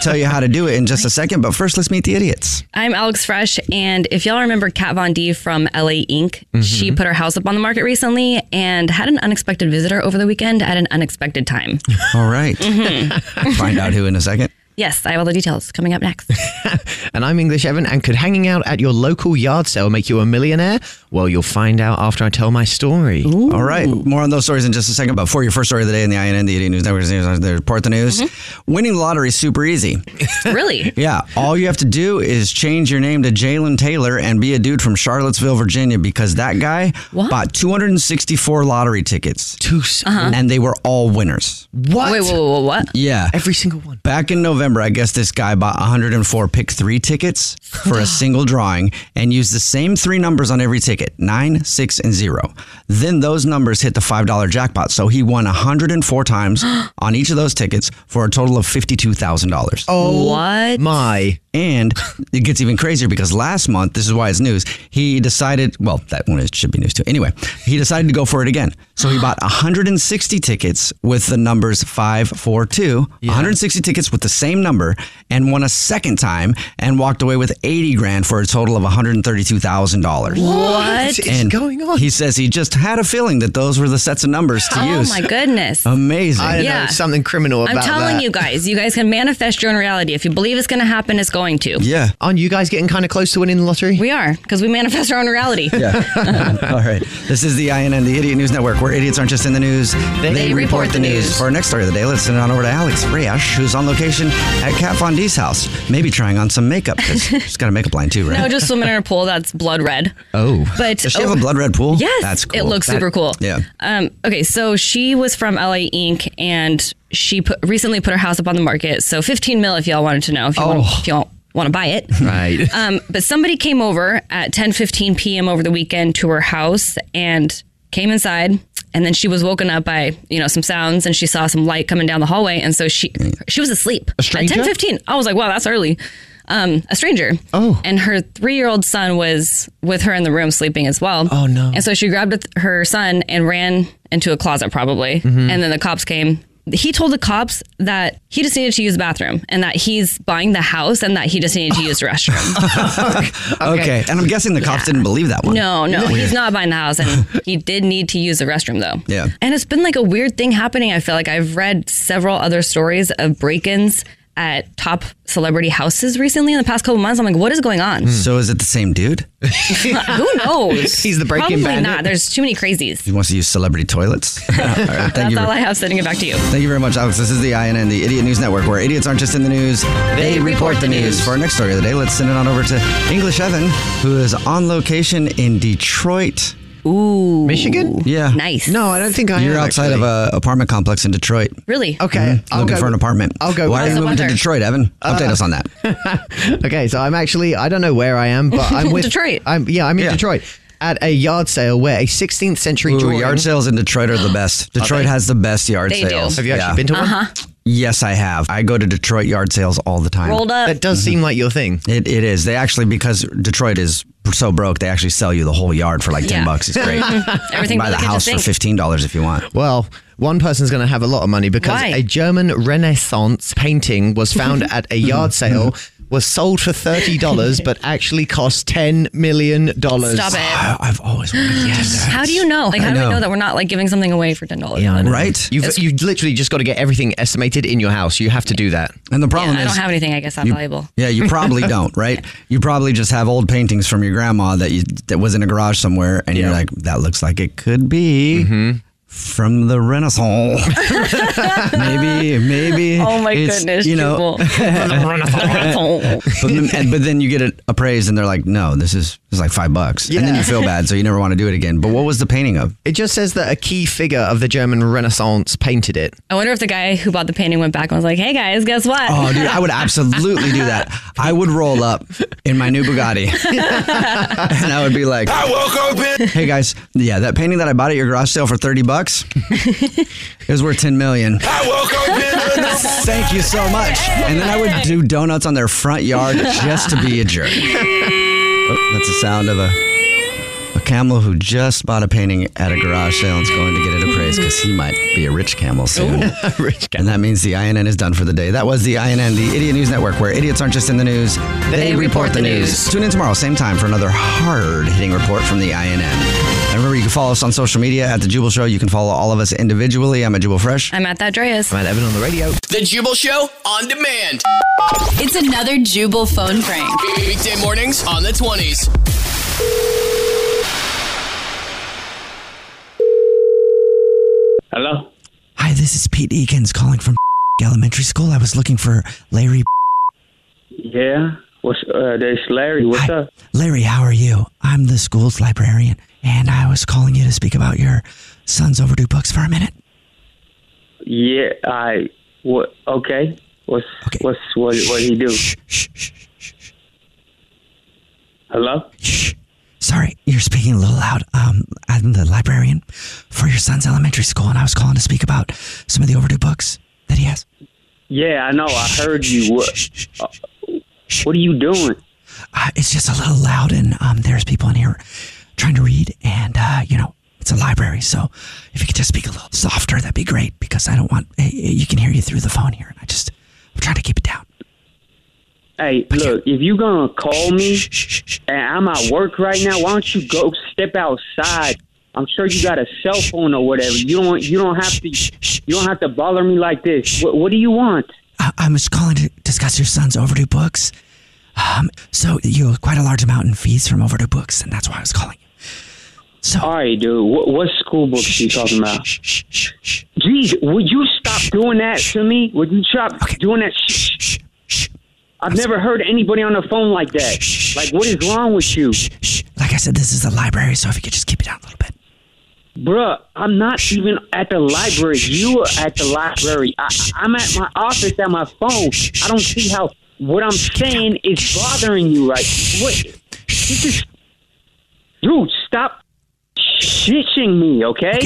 Speaker 9: Tell you how to do it in just a second, but first, let's meet the idiots.
Speaker 10: I'm Alex Fresh, and if y'all remember Kat Von D from LA Inc.,
Speaker 11: Mm-hmm.
Speaker 10: she put her house up on the market recently and had an unexpected visitor over the weekend at an unexpected time.
Speaker 9: All right. Find out who in a second.
Speaker 10: yes, I have all the details coming up next.
Speaker 11: And I'm English Evan, and could hanging out at your local yard sale make you a millionaire? Well, you'll find out after I tell my story.
Speaker 9: All right. More on those stories in just a second. But for your first story of the day in the INN, the Idiot News Network, they report the news. Winning the lottery is super easy.
Speaker 10: really?
Speaker 9: Yeah, all you have to do is change your name to Jalen Taylor and be a dude from Charlottesville, Virginia, because that guy bought 264 lottery tickets. And they were all winners.
Speaker 11: What?
Speaker 10: Uh-huh. Wait, whoa, whoa, whoa, what?
Speaker 9: Yeah.
Speaker 11: Every single one.
Speaker 9: Back in November, I guess this guy bought 104 pick three tickets for a single drawing and used the same three numbers on every ticket nine, six, and zero. Then those numbers hit the $5 jackpot. So he won 104 times on each of those tickets for a total of $52,000.
Speaker 11: Oh,
Speaker 10: what?
Speaker 11: My.
Speaker 9: And it gets even crazier because last month, this is why it's news, he decided, well, that one is, should be news too. Anyway, he decided to go for it again. So he bought 160 tickets with the numbers 542, 160 tickets with the same number, and won a second time and walked away with 80 grand for a total of $132,000.
Speaker 10: What is
Speaker 9: And going on? He says he just had a feeling that those were the sets of numbers to
Speaker 10: Oh
Speaker 9: use.
Speaker 10: my goodness.
Speaker 9: Amazing.
Speaker 10: I know, Yeah. something
Speaker 11: criminal
Speaker 10: I'm telling you guys, you guys can manifest your own reality. If you believe it's going to happen, it's going to.
Speaker 9: Yeah.
Speaker 11: Aren't you guys getting kind of close to winning the lottery?
Speaker 10: We are, because we manifest our own reality.
Speaker 9: Yeah. All right. This is the INN, the Idiot News Network, where idiots aren't just in the news, they, report, the news. For our next story of the day, let's send it on over to Alex Friash, who's on location at Kat Von D's house, maybe trying on some makeup? 'Cause she's got a makeup line too, right?
Speaker 10: No, just swimming in a pool that's blood red.
Speaker 9: Oh,
Speaker 10: But-
Speaker 9: does she have
Speaker 10: oh.
Speaker 9: a blood red pool?
Speaker 10: Yes,
Speaker 9: that's cool.
Speaker 10: it looks super cool.
Speaker 9: Yeah.
Speaker 10: Um, okay, so she was from LA Inc. and she put, recently put her house up on the market. So 15 mil, if y'all wanted to know, if you want, if y'all want to buy it.
Speaker 11: Oh. Right.
Speaker 10: Um, but somebody came over at 10:15 p.m. over the weekend to her house and came inside. And then she was woken up by you know some sounds, and she saw some light coming down the hallway, and so she she was asleep. A
Speaker 11: stranger?
Speaker 10: At 10:15, I was like, wow, that's early. Um, a stranger. Oh. And her three-year-old son was with her in the room sleeping as well. Oh no. And so she grabbed th- her son and ran into a closet probably,
Speaker 15: Mhm.
Speaker 10: and then the cops came. He told the cops that he just needed to use the bathroom and that he's buying the house and that he just needed to use the restroom.
Speaker 9: okay. and I'm guessing the cops didn't believe that one.
Speaker 10: No, no, he's not buying the house, and he did need to use the restroom though.
Speaker 9: Yeah.
Speaker 10: And it's been like a weird thing happening. I feel like I've read several other stories of break-ins at top celebrity houses recently in the past couple months. I'm like, what is going on?
Speaker 9: So is it the same dude?
Speaker 10: Who knows?
Speaker 9: Hmm. He's the break-in
Speaker 10: Probably
Speaker 9: bandit.
Speaker 10: not. There's too many crazies.
Speaker 9: He wants to use celebrity toilets. all right, thank
Speaker 10: That's
Speaker 9: you.
Speaker 10: all
Speaker 9: for-
Speaker 10: I have. Sending it back to you.
Speaker 9: Thank you very much, Alex. This is the INN, the Idiot News Network, where idiots aren't just in the news, they, report, the news. For our next story of the day, let's send it on over to English Evan, who is on location in Detroit.
Speaker 10: Ooh.
Speaker 11: Michigan?
Speaker 9: Yeah.
Speaker 10: Nice.
Speaker 11: No, I don't think I
Speaker 9: You're
Speaker 11: am,
Speaker 9: outside of a apartment complex in Detroit.
Speaker 10: Really?
Speaker 11: Okay.
Speaker 9: Mhm. Looking
Speaker 11: go-
Speaker 9: for an apartment.
Speaker 11: I'll go
Speaker 9: Why
Speaker 11: with
Speaker 9: are you
Speaker 11: that.
Speaker 9: moving to Detroit, Evan? Update
Speaker 11: Uh,
Speaker 9: us on that.
Speaker 11: okay, so I'm actually I don't know where I am, but I'm with
Speaker 10: Detroit.
Speaker 11: I'm yeah, I'm in Detroit at a yard sale where a 16th century
Speaker 9: Ooh,
Speaker 11: drawing-
Speaker 9: yard sales in Detroit are the best.
Speaker 11: Are
Speaker 9: Detroit
Speaker 11: they?
Speaker 9: has the best yard
Speaker 11: They do.
Speaker 9: sales.
Speaker 11: Have you actually been to one? Uh-huh.
Speaker 9: Yes, I have. I go to Detroit yard sales all the time.
Speaker 11: Rolled up. That does seem like your thing.
Speaker 9: It, it is. They actually because Detroit is so broke, they actually sell you the whole yard for like ten
Speaker 11: Yeah.
Speaker 9: bucks. It's great.
Speaker 11: Everything
Speaker 9: you can buy the
Speaker 11: but the kitchen
Speaker 9: house for
Speaker 11: sink.
Speaker 9: fifteen dollars if you want.
Speaker 11: Well, one person's going to have a lot of money because
Speaker 9: Why?
Speaker 11: a German Renaissance painting was found at a yard sale, was sold for thirty dollars, but actually cost ten million dollars.
Speaker 10: Stop it.
Speaker 9: I've always wanted
Speaker 11: yes.
Speaker 10: How do you know? Like, how
Speaker 11: I
Speaker 10: do we
Speaker 11: know.
Speaker 10: know that we're not like giving something away for ten dollars?
Speaker 11: right? You've you literally just got to get everything estimated in your house. You have to do that.
Speaker 9: And the
Speaker 10: Yeah, I don't have anything. I guess that
Speaker 9: you-
Speaker 10: valuable.
Speaker 9: Yeah, you probably don't, right? You probably just have old paintings from your grandma that you that was in a garage somewhere, and you're like, that looks like it could be from the Renaissance. maybe, maybe.
Speaker 10: Oh my
Speaker 9: it's,
Speaker 10: goodness,
Speaker 9: you know.
Speaker 10: Jubal. Renaissance.
Speaker 9: but, then- and- but then you get it appraised, and they're like, no, this is this is like five bucks, and then
Speaker 11: Yeah.
Speaker 9: you feel bad, so you never want to do it again. But what was the painting of?
Speaker 11: It just says that a key figure of the German Renaissance painted it.
Speaker 10: I wonder if the guy who bought the painting went back and was like, "Hey guys, guess what?
Speaker 9: Oh, dude, I would absolutely do that. I would roll up in my new Bugatti. and I would be like, I woke up in. Hey guys, yeah, that painting that I bought at your garage sale for 30 bucks, it was worth 10 million. I woke up in. Thank you so much. And then I would do donuts on their front yard just to be a jerk. Oh, that's the sound of a. A camel who just bought a painting at a garage sale and is going to get it appraised because he might be a rich camel soon. rich camel. And that means the INN is done for the day. That was the INN, the Idiot News Network, where idiots aren't just in the news, they, report, the news. Tune in tomorrow, same time, for another hard hitting report from the INN. And remember, you can follow us on social media at The Jubal Show. You can follow all of us individually. I'm at Jubal Fresh.
Speaker 10: I'm at that Dreas.
Speaker 9: I'm at Evan on the radio.
Speaker 6: The Jubal Show on demand.
Speaker 12: It's another Jubal phone prank.
Speaker 6: Weekday mornings on the 20s.
Speaker 17: Hello?
Speaker 9: Hi, this is Pete Eakins calling from elementary school. I was looking for Larry.
Speaker 17: Yeah. What's uh, this, Larry? What's up?
Speaker 9: Larry, how are you? I'm the school's librarian, and I was calling you to speak about your son's overdue books for a minute.
Speaker 17: Yeah, I. What? Okay. What's what's what? What he do? Hello.
Speaker 9: Sorry, you're speaking a little loud. Um, I'm the librarian for your son's elementary school, and I was calling to speak about some of the overdue books that he has.
Speaker 17: Yeah, I know. I heard you. What? uh, What are you doing?
Speaker 9: Uh, it's just a little loud, and um, there's people in here trying to read, and uh, you know, it's a library, so if you could just speak a little softer, that'd be great because I don't want eh, eh, you can hear you through the phone here, and I just I'm trying to keep it down.
Speaker 17: Hey, look. If you gonna call me, and I'm at work right now, why don't you go step outside? I'm sure you got a cell phone or whatever. You don't. You don't have to. You don't have to bother me like this. What, what do you want?
Speaker 9: Uh, I, I was calling to discuss your son's overdue books. Um, so you owe quite a large amount in fees from overdue books, and that's why I was calling.
Speaker 17: All right, dude. What, what school books you talking about? Jeez, would you stop doing that to me? Would you stop doing that? Shh, shh, shh.
Speaker 15: I've never heard anybody on the phone like that. like, what is wrong with you?
Speaker 14: Like I said, this is the library, so if you could just keep it down a little bit.
Speaker 15: Bruh, I'm not even at the library. You are at the library. I, I'm at my office at my phone. I don't see how what I'm saying is bothering you right. What? This is, dude, stop shitting me, okay?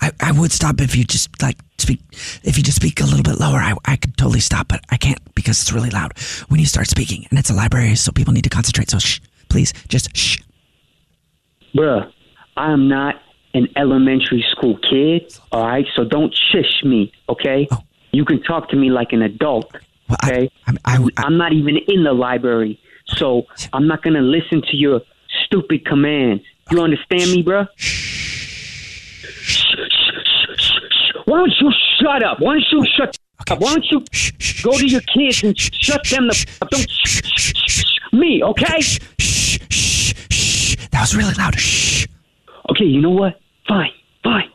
Speaker 14: I, I would stop if you just like speak. If you just speak a little bit lower, I, I could totally stop, but I can't because it's really loud when you start speaking, and it's a library, so people need to concentrate. So shh, please, just shh.
Speaker 15: Bruh, I am not an elementary school kid, all right? So don't shish me, okay? You can talk to me like an adult, okay?
Speaker 14: Oh. I,
Speaker 15: am not even in the library, so I'm not going to listen to your stupid commands. You understand me, bruh? Why don't you shut up? Why don't you shut up? Why don't you go to your kids and shut them the f- up? Don't me, okay?
Speaker 14: That was really loud. Shh.
Speaker 15: Okay, you know what? Fine, fine.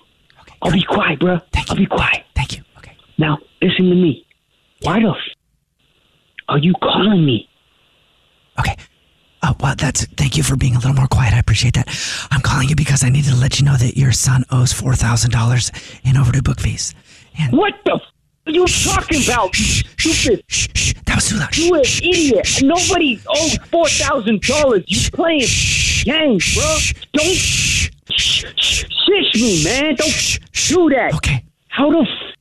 Speaker 15: I'll be quiet, bro. I'll be quiet. Thank you. Okay. Now, listen to me. Why the f- are you calling me?
Speaker 14: Oh, well, that's thank you for being a little more quiet. I appreciate that. I'm calling you because I needed to let you know that your son owes four thousand dollars in overdue book fees. And
Speaker 15: what the f- are you talking about? You stupid.
Speaker 14: That was too loud.
Speaker 15: You an idiot. Nobody owes four thousand dollars. You playing games, bro? Don't shish me, man. Don't do that. Okay. How the f-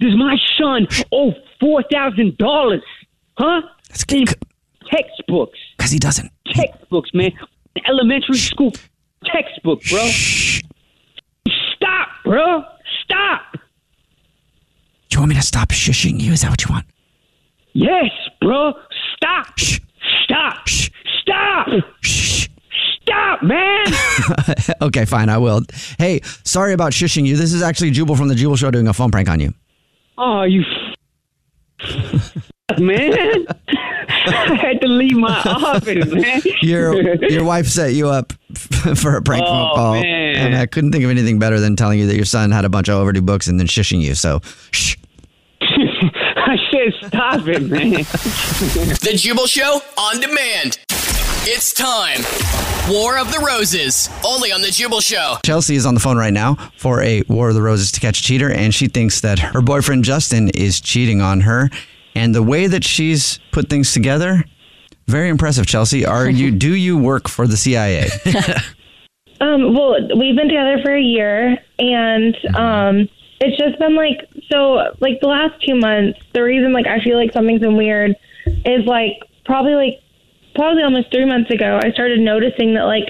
Speaker 15: does my son owe four thousand dollars? Huh? That's good. Textbooks.
Speaker 14: Because he doesn't.
Speaker 15: Textbooks, man. Elementary school textbook, bro. Stop, bro. Stop.
Speaker 14: You want me to stop shushing you? Is that what you want?
Speaker 15: Yes, bro. Stop. Stop. Stop. Stop, man.
Speaker 9: okay, fine, I will. Hey, sorry about shushing you. This is actually Jubal from the Jubal Show doing a phone prank on you.
Speaker 15: Oh, you f- man. I had to leave my office, man.
Speaker 9: Your your wife set you up for a prank phone
Speaker 15: Oh,
Speaker 9: call,
Speaker 15: man.
Speaker 9: and I couldn't think of anything better than telling you that your son had a bunch of overdue books and then shishing you. So shh.
Speaker 15: I said stop it, man.
Speaker 6: The Jubal Show on demand. It's time. War of the Roses, only on The Jubal Show.
Speaker 9: Chelsea is on the phone right now for a War of the Roses to catch a cheater, and she thinks that her boyfriend Justin is cheating on her. And the way that she's put things together, very impressive. Chelsea, are you? do you work for the CIA?
Speaker 19: Um, well, we've been together for a year, and um, it's just been like so. Like the last two months, the reason like I feel like something's been weird is like probably like probably almost three months ago. I started noticing that like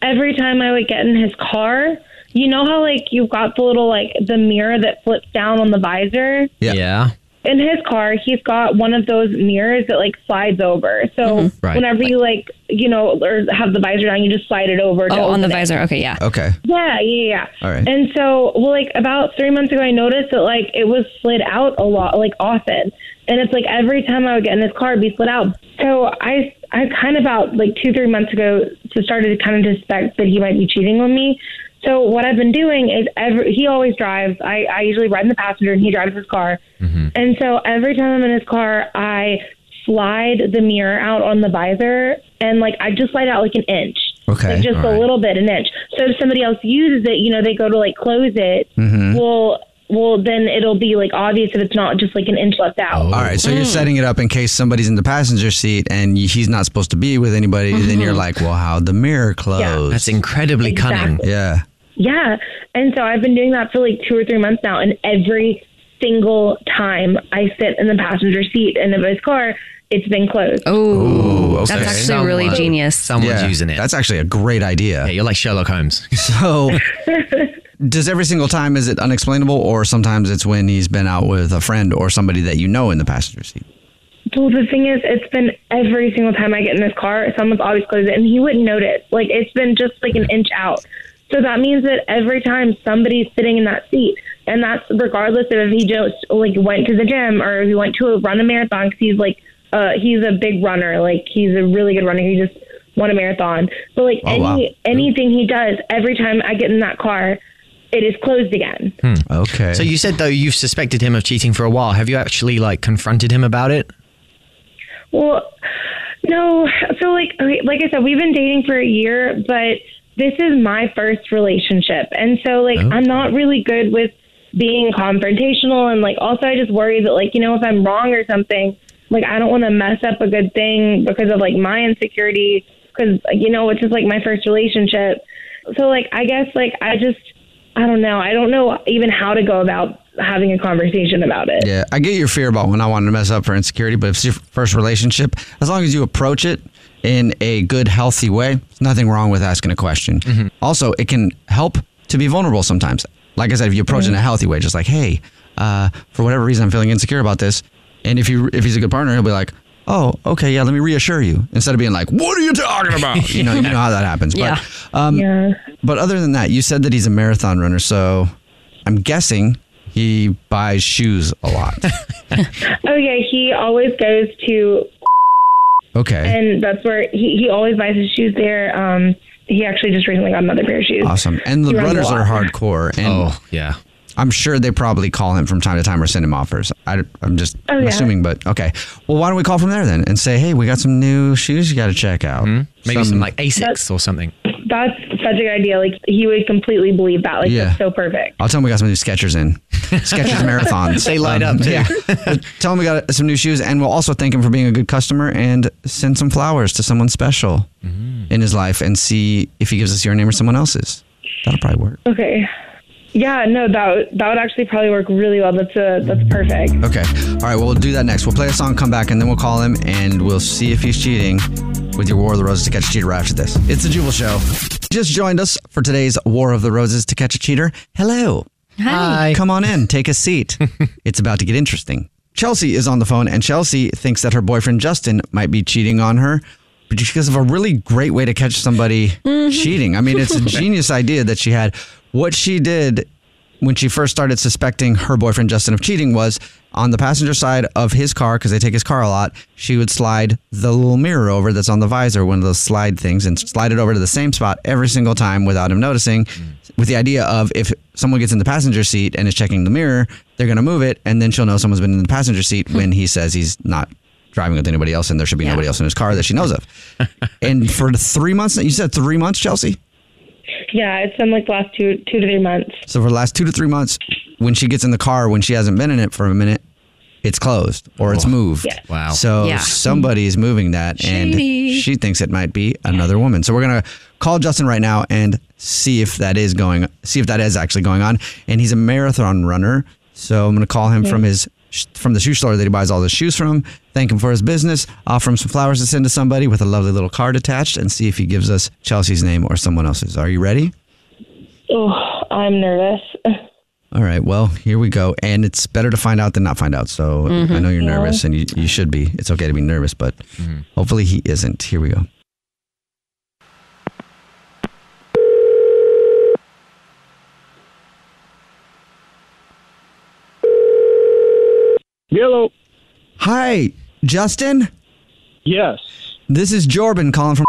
Speaker 19: every time I would get in his car, you know how like you've got the little like the mirror that flips down on the visor
Speaker 20: Yeah. yeah.
Speaker 19: in his car, he's got one of those mirrors that like slides over. So
Speaker 20: Right.
Speaker 19: whenever you like, you know, or have the visor down, you just slide it over. to
Speaker 10: Oh, on the
Speaker 19: open it.
Speaker 10: visor. Okay, yeah.
Speaker 9: Okay.
Speaker 19: Yeah, yeah, yeah.
Speaker 9: All right.
Speaker 19: And so, well, like about three months ago, I noticed that like it was slid out a lot, like often, and it's like every time I would get in this car, it'd be slid out. So I, I kind of about like two, three months ago, so started to kind of suspect that he might be cheating on me. So what I've been doing is every he always drives. I, I usually ride in the passenger, and he drives his car.
Speaker 2: Mm-hmm.
Speaker 19: And so every time I'm in his car, I slide the mirror out on the visor, and like I just slide out like an inch.
Speaker 2: Okay,
Speaker 19: Like, just
Speaker 2: all
Speaker 19: a
Speaker 2: right.
Speaker 19: little bit, an inch. So if somebody else uses it, you know, they go to like close it.
Speaker 9: Mhm.
Speaker 19: Well, well, then it'll be like obvious if it's not just like an inch left out.
Speaker 9: Oh. All right, so
Speaker 19: Mm.
Speaker 9: you're setting it up in case somebody's in the passenger seat and y- he's not supposed to be with anybody. Then you're like, well, how'd the mirror close? That's
Speaker 11: incredibly
Speaker 19: cunning. Exactly.
Speaker 9: Yeah.
Speaker 19: Yeah. And so I've been doing that for like two or three months now. And every single time I sit in the passenger seat in his car, it's been closed.
Speaker 10: Oh,
Speaker 19: That's actually really genius.
Speaker 20: Someone's
Speaker 9: Yeah,
Speaker 20: using it.
Speaker 9: That's actually a great idea. Yeah,
Speaker 20: you're like Sherlock Holmes.
Speaker 9: So, does every single time is it unexplainable, or sometimes it's when he's been out with a friend or somebody that you know in the passenger seat?
Speaker 19: Well, the thing is, it's been every single time I get in this car, someone's always closed it, and he wouldn't notice. Like it's been just like an inch out. So that means that every time somebody's sitting in that seat, and that's regardless of if he just like went to the gym or if he went to a run a marathon. 'cause he's like, uh, he's a big runner. Like he's a really good runner. He just won a marathon. But like
Speaker 9: Oh,
Speaker 19: any
Speaker 9: wow.
Speaker 19: anything he does, every time I get in that car, it is closed again.
Speaker 9: Hmm.
Speaker 11: Hmm.
Speaker 9: Okay.
Speaker 20: So you said though you've suspected him of cheating for a while. Have you actually like confronted him about it?
Speaker 19: Well, no. So like okay, like I said, we've been dating for a year, but this is my first relationship. And so like I'm not really good with being confrontational and like also I just worry that like, you know, if I'm wrong or something, like I don't want to mess up a good thing because of like my insecurity cuz you know, it's just like my first relationship. So like I guess like I just I don't know. I don't know even how to go about having a conversation about it.
Speaker 9: Yeah, I get your fear about when I wanted to mess up for insecurity, but if it's your first relationship, as long as you approach it in a good, healthy way, there's nothing wrong with asking a question. Also, it can help to be vulnerable sometimes. Like I said, if you approach it in a healthy way, just like, hey, uh, for whatever reason, I'm feeling insecure about this. And if you if he's a good partner, he'll be like, oh, okay, yeah, let me reassure you. Instead of being like, what are you talking about? you know, you know how that happens.
Speaker 10: Yeah.
Speaker 9: But, um, but other than that, you said that he's a marathon runner, so I'm guessing he buys shoes a lot.
Speaker 19: Oh yeah, he always goes to
Speaker 9: Okay.
Speaker 19: and that's where he, he always buys his shoes there. Um, he actually just recently got another pair of shoes.
Speaker 9: Awesome. And the
Speaker 19: He runs a
Speaker 9: runners
Speaker 19: lot.
Speaker 9: are hardcore. And oh, yeah. I'm sure they probably call him from time to time or send him offers. I, am just
Speaker 19: Oh, yeah.
Speaker 9: assuming, but okay. Well, why don't we call from there then and say, hey, we got some new shoes you got to check out?
Speaker 20: Hmm? Maybe some, like ASICs or something.
Speaker 19: That's such a good idea. Like he would completely believe that. Like
Speaker 9: Yeah.
Speaker 19: that's so perfect.
Speaker 9: I'll tell him we got some new Skechers in. Skechers marathons.
Speaker 19: They light
Speaker 9: Um,
Speaker 19: up, too.
Speaker 9: Yeah. tell him we got some new shoes, and we'll also thank him for being a good customer and send some flowers to someone special in his life and see if he gives us your name or someone else's. That'll probably work.
Speaker 19: Okay. Yeah, no, that would- that would actually probably work really well. That's a that's perfect.
Speaker 9: Okay. All right. Well, we'll do that next. We'll play a song, come back, and then we'll call him and we'll see if he's cheating with your War of the Roses to catch a cheater after this. It's the Jubal Show. Just joined us for today's War of the Roses to catch a cheater. Hello.
Speaker 10: Hi.
Speaker 9: Come on in. Take a seat. it's about to get interesting. Chelsea is on the phone, and Chelsea thinks that her boyfriend Justin might be cheating on her because of a really great way to catch somebody cheating. I mean, it's a genius idea that she had. What she did when she first started suspecting her boyfriend Justin of cheating was on the passenger side of his car because they take his car a lot. She would slide the little mirror over that's on the visor, one of those slide things, and slide it over to the same spot every single time without him noticing. With the idea of if someone gets in the passenger seat and is checking the mirror, they're going to move it, and then she'll know someone's been in the passenger seat when he says he's not driving with anybody else, and there should be nobody else in his car that she knows of. and for three months, you said three months, Chelsea.
Speaker 19: Yeah, it's been like the last two two to three months.
Speaker 9: So for the last two to three months, when she gets in the car, when she hasn't been in it for a minute, it's closed or it's moved.
Speaker 19: Oh. Yeah.
Speaker 9: Wow. So
Speaker 19: Yeah.
Speaker 9: somebody is moving that,
Speaker 19: Shady.
Speaker 9: and she thinks it might be another woman. So we're gonna call Justin right now and see if that is going, see if that is actually going on. And he's a marathon runner, so I'm gonna call him from
Speaker 11: Okay.
Speaker 9: his from the shoe store that he buys all his shoes from. Thank him for his business. Offer him some flowers to send to somebody with a lovely little card attached, and see if he gives us Chelsea's name or someone else's. Are you ready?
Speaker 19: Oh, I'm nervous.
Speaker 9: All right. Well, here we go. And it's better to find out than not find out. So
Speaker 19: Mhm.
Speaker 9: I know you're
Speaker 19: Yeah.
Speaker 9: nervous and you, you should be. It's okay to be nervous, but hopefully he isn't. Here we go.
Speaker 15: Hello.
Speaker 9: Hi, Justin?
Speaker 15: Yes.
Speaker 9: This is Jordan calling from.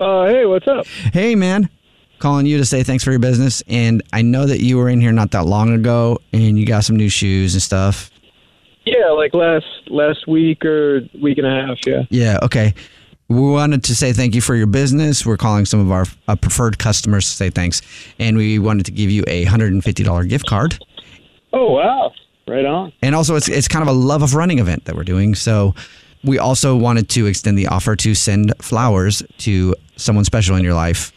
Speaker 15: Uh, hey, what's up?
Speaker 9: Hey, man. Calling you to say thanks for your business. And I know that you were in here not that long ago and you got some new shoes and stuff.
Speaker 15: Yeah, like last last week or week and a half. Yeah.
Speaker 9: Yeah. Okay. We wanted to say thank you for your business. We're calling some of our uh, preferred customers to say thanks. And we wanted to give you a $150 gift card.
Speaker 15: Oh wow! Right on.
Speaker 9: And also, it's it's kind of a love of running event that we're doing. So, we also wanted to extend the offer to send flowers to someone special in your life.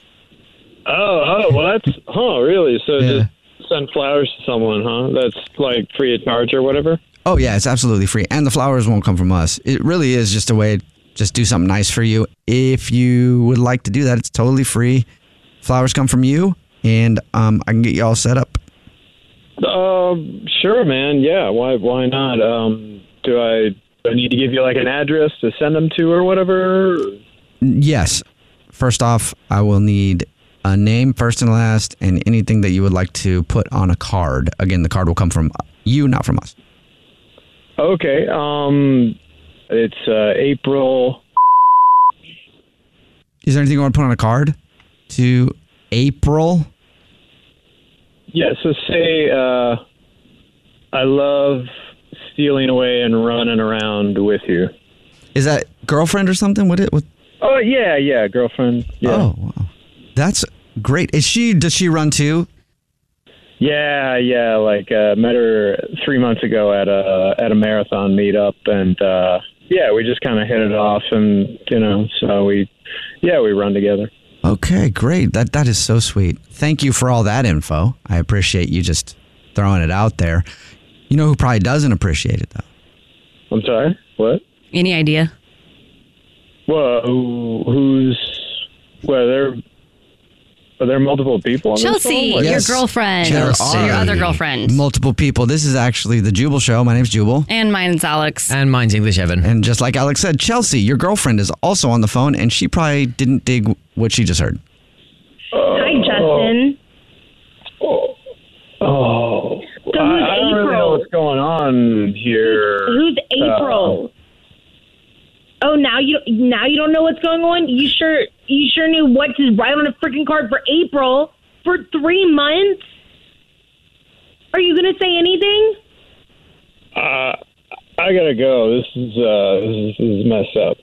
Speaker 15: Oh, oh, well, that's huh? Really? So just send flowers to someone, huh? That's like free of charge or whatever.
Speaker 9: Oh yeah, it's absolutely free, and the flowers won't come from us. It really is just a way to just do something nice for you. If you would like to do that, it's totally free. Flowers come from you, and um, I can get you all set up.
Speaker 15: Um, sure, man. Yeah. Why? Why not? Um, do I? Do I need to give you like an address to send them to or whatever?
Speaker 9: Yes. First off, I will need a name, first and last, and anything that you would like to put on a card. Again, the card will come from uh, you, not from us.
Speaker 15: Okay. Um, it's uh, April.
Speaker 9: Is there anything you want to put on a card? To April?
Speaker 15: Yeah. So say, uh, I love
Speaker 21: stealing away and running around with you.
Speaker 9: Is that girlfriend or something? What it? What?
Speaker 21: Oh yeah, yeah, girlfriend. Yeah.
Speaker 9: Oh, wow. that's great. Is she? Does she run too?
Speaker 21: Yeah, yeah. Like uh, met her three months ago at a at a marathon meetup, and uh, yeah, we just kind of hit it off, and you know, so we yeah we run together.
Speaker 9: Okay, great. That that is so sweet. Thank you for all that info. I appreciate you just throwing it out there. You know who probably doesn't appreciate it though?
Speaker 21: I'm sorry. What?
Speaker 10: Any idea?
Speaker 21: Well, who, who's well? There are there multiple people. On this
Speaker 10: Chelsea,
Speaker 21: phone? Like-
Speaker 10: your girlfriend,
Speaker 9: There
Speaker 10: or your
Speaker 9: are
Speaker 10: other girlfriend.
Speaker 9: Multiple people. This is actually the Jubal Show. My name's Jubal.
Speaker 10: And mine's Alex.
Speaker 9: And mine's English Evan. And just like Alex said, Chelsea, your girlfriend is also on the phone, and she probably didn't dig what she just heard.
Speaker 21: Hi,
Speaker 19: Justin.
Speaker 21: Oh,
Speaker 19: So who's
Speaker 21: I, I don't really know
Speaker 19: April?
Speaker 21: what's going on here. Uh,
Speaker 19: Who's April? Oh, now you now you don't know what's going on. You sure you sure knew what to write on a freaking card for April for three months. Are you gonna say anything?
Speaker 21: Uh, uh, I gotta go. This is uh, this is, this is messed up.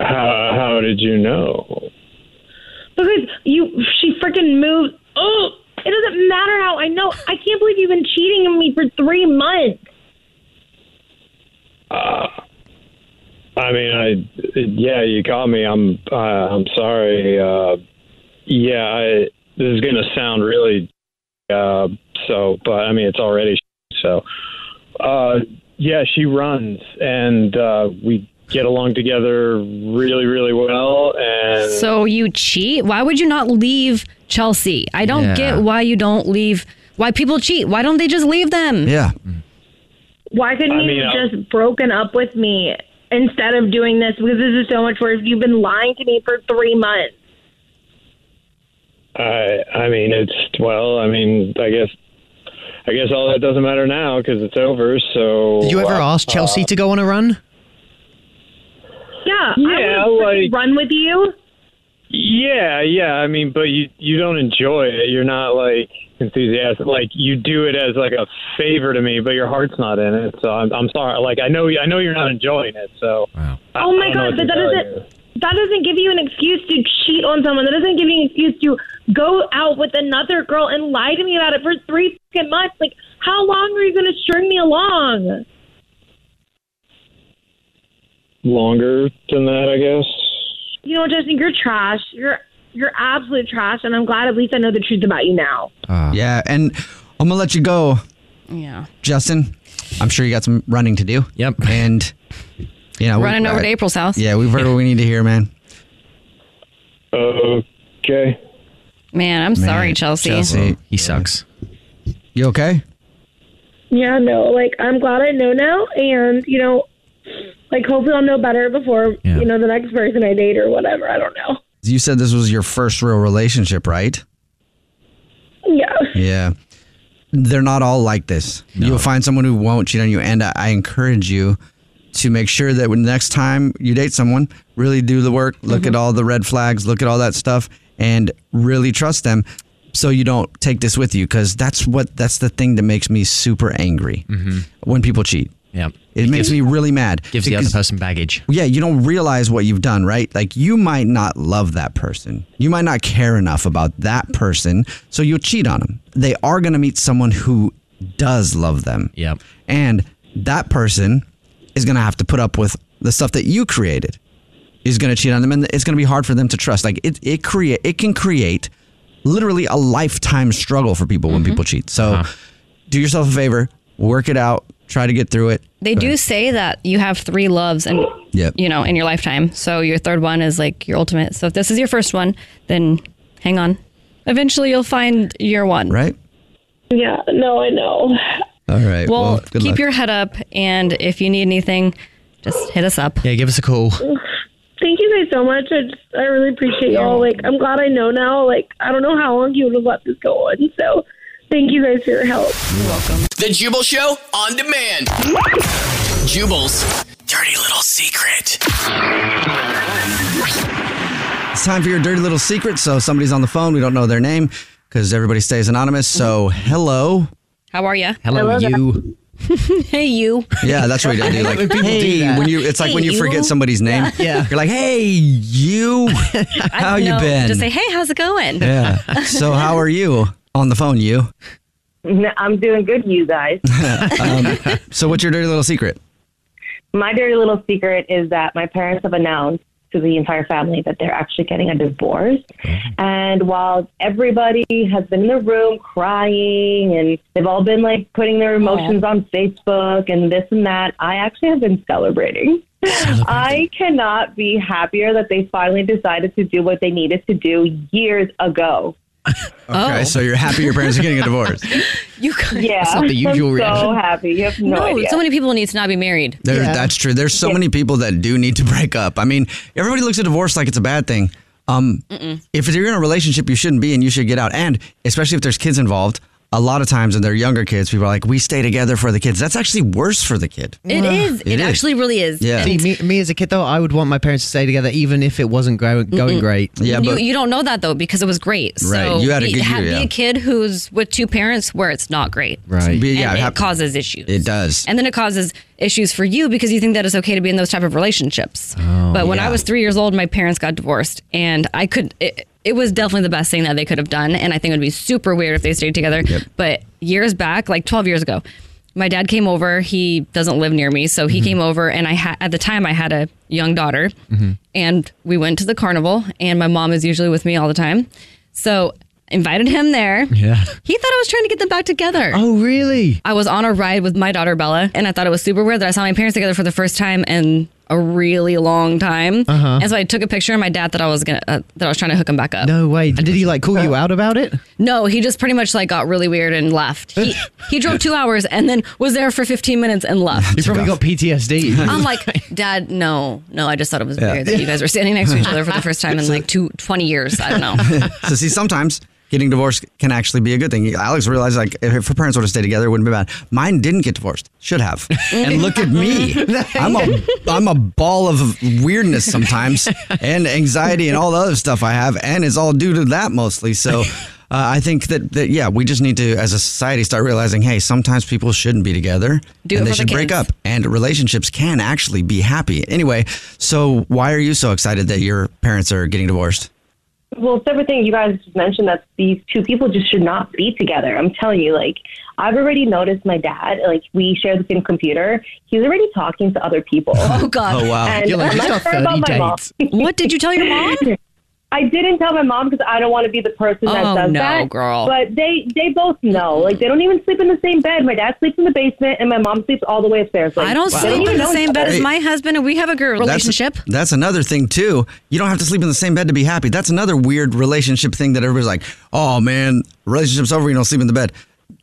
Speaker 21: How how did you know?
Speaker 19: Because you she freaking moved. Oh, it doesn't matter how I know. I can't believe you've been cheating on me for three months.
Speaker 21: Uh, I mean, I yeah, you caught me. I'm uh, I'm sorry. Uh, yeah, I, this is gonna sound really uh, so, but I mean, it's already so. Uh, yeah, she runs, and uh, we get along together really, really well. And
Speaker 10: So you cheat? Why would you not leave Chelsea? I don't
Speaker 21: Yeah.
Speaker 10: get why you don't leave. Why people cheat? Why don't they just leave them?
Speaker 9: Yeah.
Speaker 19: Why couldn't
Speaker 10: I mean,
Speaker 19: you
Speaker 10: I-
Speaker 19: have just broken up with me instead of doing this? Because this is so much worse. You've been lying to me for three months.
Speaker 21: I I mean it's well I mean I guess I guess all that doesn't matter now because it's over so
Speaker 11: Did you ever
Speaker 21: uh,
Speaker 11: ask Chelsea to go on a run?
Speaker 19: Yeah,
Speaker 21: yeah like
Speaker 19: run with you.
Speaker 21: yeah yeah I mean but you you don't enjoy it you're not like enthusiastic like you do it as like a favor to me but your heart's not in it so I'm I'm sorry like I know I know you're not enjoying it so I-
Speaker 19: oh my
Speaker 21: I don't know
Speaker 19: god,
Speaker 21: what
Speaker 19: but
Speaker 21: to
Speaker 19: that
Speaker 21: tell
Speaker 19: doesn't that doesn't give you an excuse to cheat on someone. That doesn't give you an excuse to go out with another girl and lie to me about it for three fucking months. Like, how long are you going to string me along?
Speaker 21: you. longer than that I guess
Speaker 19: You know, Justin, you're trash. You're you're absolute trash, and I'm glad at least I know the truth about you now.
Speaker 9: yeah, and I'm gonna let you go,
Speaker 10: Yeah.
Speaker 9: Justin. I'm sure you got some running to do. Yep. And you know, we-
Speaker 10: Running over to April's house.
Speaker 9: Yeah, we've heard what we need to hear, man.
Speaker 21: Okay.
Speaker 10: Man, I'm sorry, Chelsea.
Speaker 9: he sucks. You okay?
Speaker 19: Yeah, no, like I'm glad I know now, and you know, like hopefully I'll know better before you know the next person I date or whatever. I don't know.
Speaker 9: You said this was your first real relationship, right?
Speaker 19: Yeah.
Speaker 9: Yeah. They're not all like this. You'll find someone who won't cheat on you. And I, I encourage you to make sure that when next time you date someone, really do the work, look
Speaker 10: Mm-hmm.
Speaker 9: at all the red flags, look at all that stuff, and really trust them so you don't take this with you. Because that's what that's the thing that makes me super angry
Speaker 15: Mm-hmm.
Speaker 9: when people cheat.
Speaker 20: Yeah.
Speaker 9: It, makes
Speaker 20: gives-
Speaker 9: me really mad.
Speaker 20: gives the other
Speaker 9: person baggage. Yeah, you don't realize what you've done, right? Like you might not love that person. You might not care enough about that person, so you'll cheat on them. They are going to meet someone who does love them. Yep. And that person is going to have to put up with the stuff that you created. Is going to cheat on them and it's going to be hard for them to trust. Like it it create it can create literally a lifetime struggle for people when people cheat. So do yourself a favor, work it out, try to get through it.
Speaker 10: They
Speaker 9: But-
Speaker 10: do say that you have three loves and
Speaker 9: Yep.
Speaker 10: you know in your lifetime. So your third one is like your ultimate. So if this is your first one, then hang on. Eventually you'll find your one.
Speaker 9: Right?
Speaker 19: Yeah, no, I know.
Speaker 9: All right.
Speaker 10: Well,
Speaker 20: good
Speaker 10: keep
Speaker 20: luck.
Speaker 10: your head up and if you need anything, just hit us up.
Speaker 20: Yeah, give us a call.
Speaker 19: Thank you guys so much. I just, I really appreciate y'all. Like, I'm glad I know now. Like, I don't know how long you would have let this go on. So, thank you guys for your help.
Speaker 6: The Jubal Show on demand. Jubal's dirty little secret.
Speaker 9: It's time for your dirty little secret. So somebody's on the phone. We don't know their name because everybody stays anonymous. So hello.
Speaker 10: How are you?
Speaker 9: Hello, Hello there. you.
Speaker 10: hey, you.
Speaker 9: Yeah, that's what I do. Like,
Speaker 10: People do
Speaker 9: hey,
Speaker 10: that.
Speaker 9: when you, it's like when
Speaker 10: Hey,
Speaker 9: you
Speaker 10: you.
Speaker 9: forget somebody's name.
Speaker 10: Yeah. Yeah.
Speaker 9: you're like, hey, you, how you
Speaker 10: No,
Speaker 9: been?
Speaker 10: Just say, hey, how's it going?
Speaker 9: yeah. So how are you on the phone? You.
Speaker 1: No, I'm doing good, you guys.
Speaker 9: um, so what's your dirty little secret?
Speaker 1: My dirty little secret is that my parents have announced to the entire family that they're actually getting a divorce. And while everybody has been in the room crying and they've all been like putting their emotions on Facebook and this and that, I actually have been celebrating. I cannot be happier that they finally decided to do what they needed to do years ago.
Speaker 10: Oh.
Speaker 9: Okay, so you're happy your parents are getting a divorce.
Speaker 1: You guys, yeah,
Speaker 9: That's not the usual
Speaker 1: I'm so
Speaker 9: reaction.
Speaker 1: happy. You have no, idea.
Speaker 10: so many people need to not be married.
Speaker 9: There, That's true. There's so many people that do need to break up. I mean, everybody looks at divorce like it's a bad thing. Um,
Speaker 10: Mm-mm.
Speaker 9: if you're in a relationship you shouldn't be in, you should get out. And especially if there's kids involved, a lot of times and they're younger kids, people are like, we stay together for the kids. That's actually worse for the kid.
Speaker 11: It is. It actually
Speaker 10: really is.
Speaker 9: Yeah.
Speaker 11: See, me, me as a kid though, I would want my parents to stay together, even if it wasn't gro- going
Speaker 10: Mm-mm.
Speaker 11: great.
Speaker 10: you, you don't know that though because it was great. So
Speaker 11: Right, you had a
Speaker 10: be-
Speaker 11: good
Speaker 10: ha-
Speaker 11: year,
Speaker 10: Be
Speaker 11: yeah.
Speaker 10: a kid who's with two parents where it's not great.
Speaker 9: Right. Be- yeah,
Speaker 10: and
Speaker 9: it
Speaker 10: it
Speaker 9: hap-
Speaker 10: causes issues.
Speaker 9: It does.
Speaker 10: And then it causes issues for you because you think that it's okay to be in those type of relationships.
Speaker 9: Oh,
Speaker 10: but when
Speaker 9: yeah.
Speaker 10: I was three years old, my parents got divorced, and I could. It, it was definitely the best thing that they could have done, and I think it would be super weird if they stayed together. But years back, like twelve years ago, my dad came over. He doesn't live near me, so
Speaker 9: Mm-hmm.
Speaker 10: he came over, and I had at the time I had a young daughter and we went to the carnival and my mom is usually with me all the time so invited him there
Speaker 11: Yeah.
Speaker 10: he thought i was trying to get them back together
Speaker 11: oh really
Speaker 10: i was on a ride with my daughter bella and i thought it was super weird that i saw my parents together for the first time in a really long time
Speaker 11: Uh-huh.
Speaker 10: and so i took a picture of my dad that i was gonna uh, that i was trying to hook him back up
Speaker 11: No way. And did he like call you out about it?
Speaker 10: no he just pretty much like got really weird and left he, he drove two hours and then was there for 15 minutes and left
Speaker 11: You probably got PTSD.
Speaker 10: I'm like, Dad, no, no. I just thought it was
Speaker 9: Yeah.
Speaker 10: weird that you guys were standing next to each other for the first time in like two, 20 years. I don't know.
Speaker 9: so see, sometimes getting divorced can actually be a good thing. Alex realized like if her parents would have stayed together, it wouldn't be bad. Mine didn't get divorced. Should have. and look at me. I'm a I'm a ball of weirdness sometimes, and anxiety and all the other stuff I have, and it's all due to that mostly. So. Uh, I think that, that yeah, we just need to, as a society, start realizing, hey, sometimes people shouldn't be together,
Speaker 10: Do it
Speaker 9: and they
Speaker 10: for the
Speaker 9: should break
Speaker 10: kids.
Speaker 9: up, and relationships can actually be happy. Anyway, so why are you so excited that your parents are getting divorced?
Speaker 1: Well, it's everything you guys just mentioned that these two people just should not be together. I'm telling you, like, I've already noticed my dad, like, we share the same computer. He's already talking to other people.
Speaker 10: Oh, God.
Speaker 1: Oh, wow. And
Speaker 10: You're like,
Speaker 1: I'm
Speaker 10: "He's
Speaker 1: not sure
Speaker 10: got
Speaker 1: about
Speaker 10: 30
Speaker 1: my mom.
Speaker 10: dates." What did you tell your mom?
Speaker 1: I didn't tell my mom because I don't want to be the person that
Speaker 10: Oh,
Speaker 1: does
Speaker 10: no,
Speaker 1: that.
Speaker 10: girl.
Speaker 1: But they they both know. Like they don't even sleep in the same bed. My dad sleeps in the basement and my mom sleeps all the way upstairs. Like,
Speaker 10: I don't
Speaker 1: they
Speaker 10: sleep
Speaker 1: even
Speaker 10: in the
Speaker 1: know
Speaker 10: same
Speaker 1: each
Speaker 10: bed
Speaker 1: other.
Speaker 10: as my husband, and we have a good
Speaker 9: That's-
Speaker 10: relationship.
Speaker 9: That's, another thing too. You don't have to sleep in the same bed to be happy. That's another weird relationship thing that everybody's like, "Oh man, relationship's over. You don't sleep in the bed."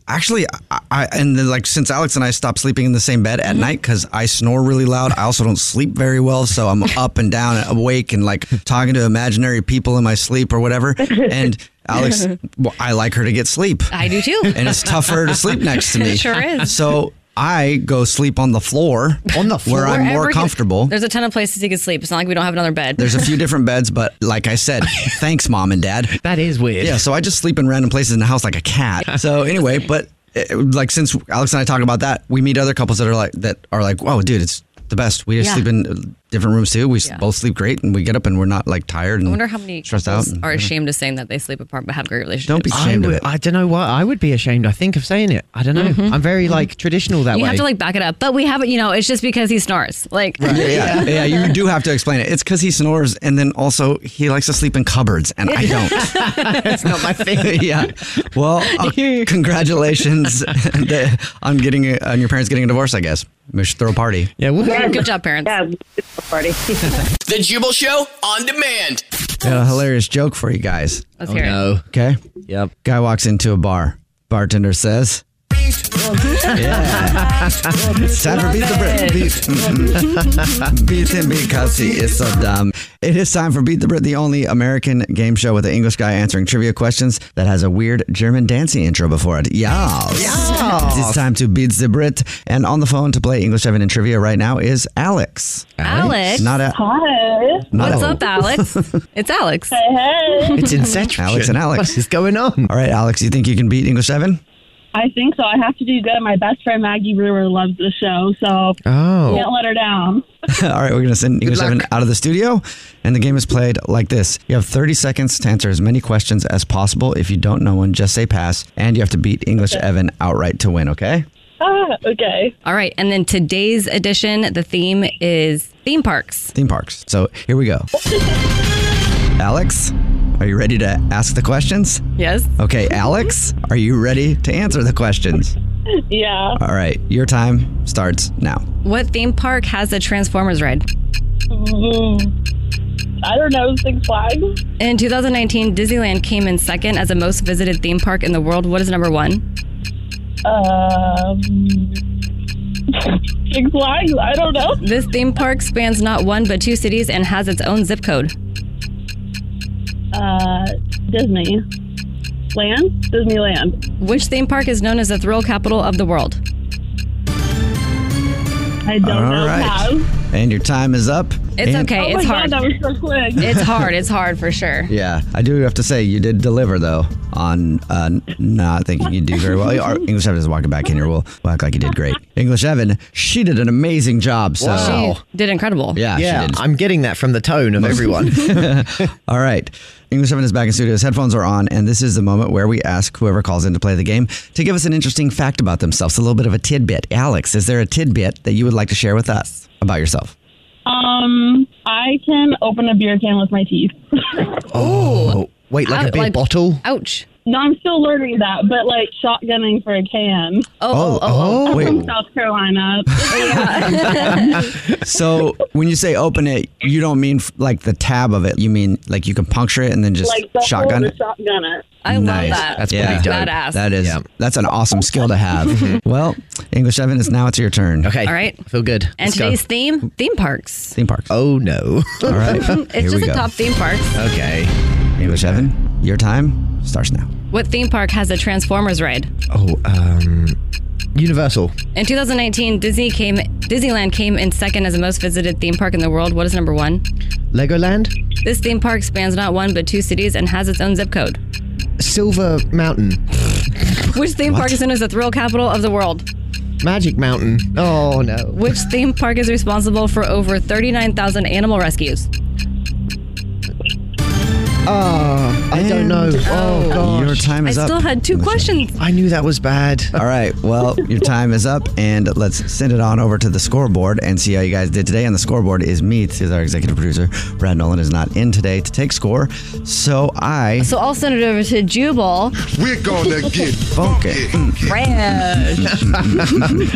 Speaker 9: Actually, I, I and then like since Alex and I stopped sleeping in the same bed at
Speaker 10: Mm-hmm.
Speaker 9: night because I snore really loud. I also don't sleep very well, so I'm up and down, and awake, and like talking to imaginary people in my sleep or whatever. And Alex, well, I like her to get sleep.
Speaker 10: I do too.
Speaker 9: and it's tougher to sleep next to me.
Speaker 10: It sure is.
Speaker 9: So I go sleep on the floor, on the where I'm
Speaker 10: Wherever
Speaker 9: more
Speaker 10: he-
Speaker 9: comfortable.
Speaker 10: there's a ton of places he could sleep. It's not like we don't have another bed.
Speaker 9: There's a few different beds, but like I said, thanks, mom and dad. That is weird. Yeah, so I just sleep in random places in the house like a cat. So anyway, but eh, like since Alex and I talk about that, we meet other couples that are like that are like, "Wow, dude, it's the best. We just
Speaker 10: Yeah.
Speaker 9: sleep in uh, different rooms too. We s both sleep great, and we get up and we're not like tired and
Speaker 10: I wonder how many
Speaker 9: stressed out.
Speaker 10: couples
Speaker 9: and-
Speaker 10: are ashamed of saying that they sleep apart but have great relationships.
Speaker 11: Don't be ashamed
Speaker 10: I
Speaker 11: of it. I don't know why. I would be ashamed. I think of saying it. I don't know. I'm very like traditional that
Speaker 10: Mm-hmm. You
Speaker 11: way.
Speaker 10: have to like back it up, but we haven't. You know, it's just because he snores. Like,
Speaker 9: Right, Yeah, yeah, you do have to explain it. It's because he snores, and then also he likes to sleep in cupboards, and I don't.
Speaker 11: That's not my thing.
Speaker 9: yeah. Well, uh, congratulations the- on getting a, on your parents getting a divorce. I guess we should throw a party. Yeah, we'll
Speaker 10: Good job, parents.
Speaker 1: Yeah, it's a party.
Speaker 6: The Jubal Show on demand.
Speaker 9: a hilarious joke for you guys.
Speaker 6: Let's Oh, hear it. no.
Speaker 9: Okay. Yep. Guy walks into a bar. Bartender says,
Speaker 2: yeah.
Speaker 9: "It's time for beat the Brit. Beat, mm-mm. beat him because he is so dumb." It is time for Beat the Brit, the only American game show with an English guy answering trivia questions that has a weird German dancing intro before it. Yas.
Speaker 11: Yes.
Speaker 9: It's time to beat the Brit. And on the phone to play English Evan and Trivia right now is Alex.
Speaker 10: Alex.
Speaker 9: Not a-
Speaker 1: Hi.
Speaker 9: Not
Speaker 10: What's
Speaker 9: a-
Speaker 10: up, Alex? it's Alex.
Speaker 1: Hey, hey.
Speaker 9: Alex and Alex.
Speaker 11: What is going on?
Speaker 9: All right, Alex, you think you can beat English Evan?
Speaker 3: I think so. I have to do good. My best friend Maggie Brewer loves the show, so
Speaker 9: Oh.
Speaker 3: can't let her down.
Speaker 9: All right, we're going to send you
Speaker 3: Good
Speaker 9: guys seven out of the studio, and the game is played like this. You have 30 seconds to answer as many questions as possible. If you don't know one, just say pass, and you have to beat English Evan outright to win, okay?
Speaker 10: Ah, okay. All right. And then today's edition, the theme is theme parks.
Speaker 9: Theme parks. So here we go. Alex, are you ready to ask the questions?
Speaker 10: Yes.
Speaker 9: Okay, Alex, are you ready to answer the questions?
Speaker 10: Yeah.
Speaker 9: All right, your time starts now.
Speaker 10: What theme park has a Transformers ride? Mm-hmm. I don't know, Six Flags. In 2019, Disneyland came in second as the most visited theme park in the world. What is number one?
Speaker 3: Um,
Speaker 10: Six Flags? I don't know. This theme park spans not one but two cities and has its own zip code.
Speaker 3: uh, Disney Land, Disneyland.
Speaker 10: Which theme park is known as the thrill capital of the world?
Speaker 3: I don't know. Pass.
Speaker 9: And your time is up.
Speaker 10: It's
Speaker 9: And-
Speaker 10: okay.
Speaker 3: Oh my
Speaker 10: it's
Speaker 3: God,
Speaker 10: hard.
Speaker 3: that was so quick.
Speaker 10: It's hard. It's hard for sure.
Speaker 9: Yeah, I do have to say you did deliver though on uh, not thinking you do very well. Our English Evan is walking back in here. We'll, we'll act like you did great. English Evan, she did an amazing job. So
Speaker 10: She did incredible.
Speaker 9: yeah, she did.
Speaker 11: I'm getting that from the tone of everyone.
Speaker 9: All right. English Evan is back in studio. His headphones are on, and this is the moment where we ask whoever calls in to play the game to give us an interesting fact about themselves, a little bit of a tidbit. Alex, is there a tidbit that you would like to share with us about yourself?
Speaker 3: Um, I can open a beer can with my teeth.
Speaker 9: Oh,
Speaker 11: wait,
Speaker 3: like a Out- big like-
Speaker 11: bottle?
Speaker 10: Ouch.
Speaker 3: No, I'm still learning that, but like shotgunning for a can.
Speaker 9: Oh, oh, oh, oh.
Speaker 3: I'm from
Speaker 9: wait.
Speaker 3: South Carolina.
Speaker 9: so when you say open it, you don't mean f- like the tab of it. You mean like you can puncture it and then just
Speaker 3: like the
Speaker 9: shotgun
Speaker 3: whole
Speaker 9: it.
Speaker 3: shotgun it.
Speaker 9: Nice.
Speaker 3: yeah.
Speaker 9: That is. That's an awesome skill to have. well, English Evan, it's now it's your turn.
Speaker 10: Okay. All right.
Speaker 11: feel good.
Speaker 10: And today's theme, theme parks.
Speaker 9: theme park.
Speaker 11: Oh no!
Speaker 9: All right.
Speaker 10: it's
Speaker 9: Here
Speaker 10: just
Speaker 9: we
Speaker 10: the
Speaker 9: go.
Speaker 10: top theme parks.
Speaker 11: Okay.
Speaker 9: English Evan, your time starts now.
Speaker 10: What theme park has a Transformers ride?
Speaker 11: Oh, um, Universal.
Speaker 10: In 2019, Disney came Disneyland came in second as the most visited theme park in the world. What is number one?
Speaker 11: Legoland.
Speaker 10: This theme park spans not one but two cities and has its own zip code.
Speaker 11: Silver Mountain.
Speaker 10: Which theme
Speaker 11: What?
Speaker 10: park is known as the thrill capital of the world?
Speaker 11: Magic Mountain. Oh no.
Speaker 10: Which theme park is responsible for over 39,000 animal rescues?
Speaker 11: Ah, I don't know. Oh god.
Speaker 9: Your time
Speaker 10: I
Speaker 9: is up.
Speaker 10: still had two questions.
Speaker 11: I knew that was bad.
Speaker 9: All right. Well, your time is up, and let's send it on over to the scoreboard and see how you guys did today. And the scoreboard is me, is our executive producer. Brad Nolan is not in today to take score, so I
Speaker 10: So I'll send it over to Jubal.
Speaker 9: We're gonna get funky.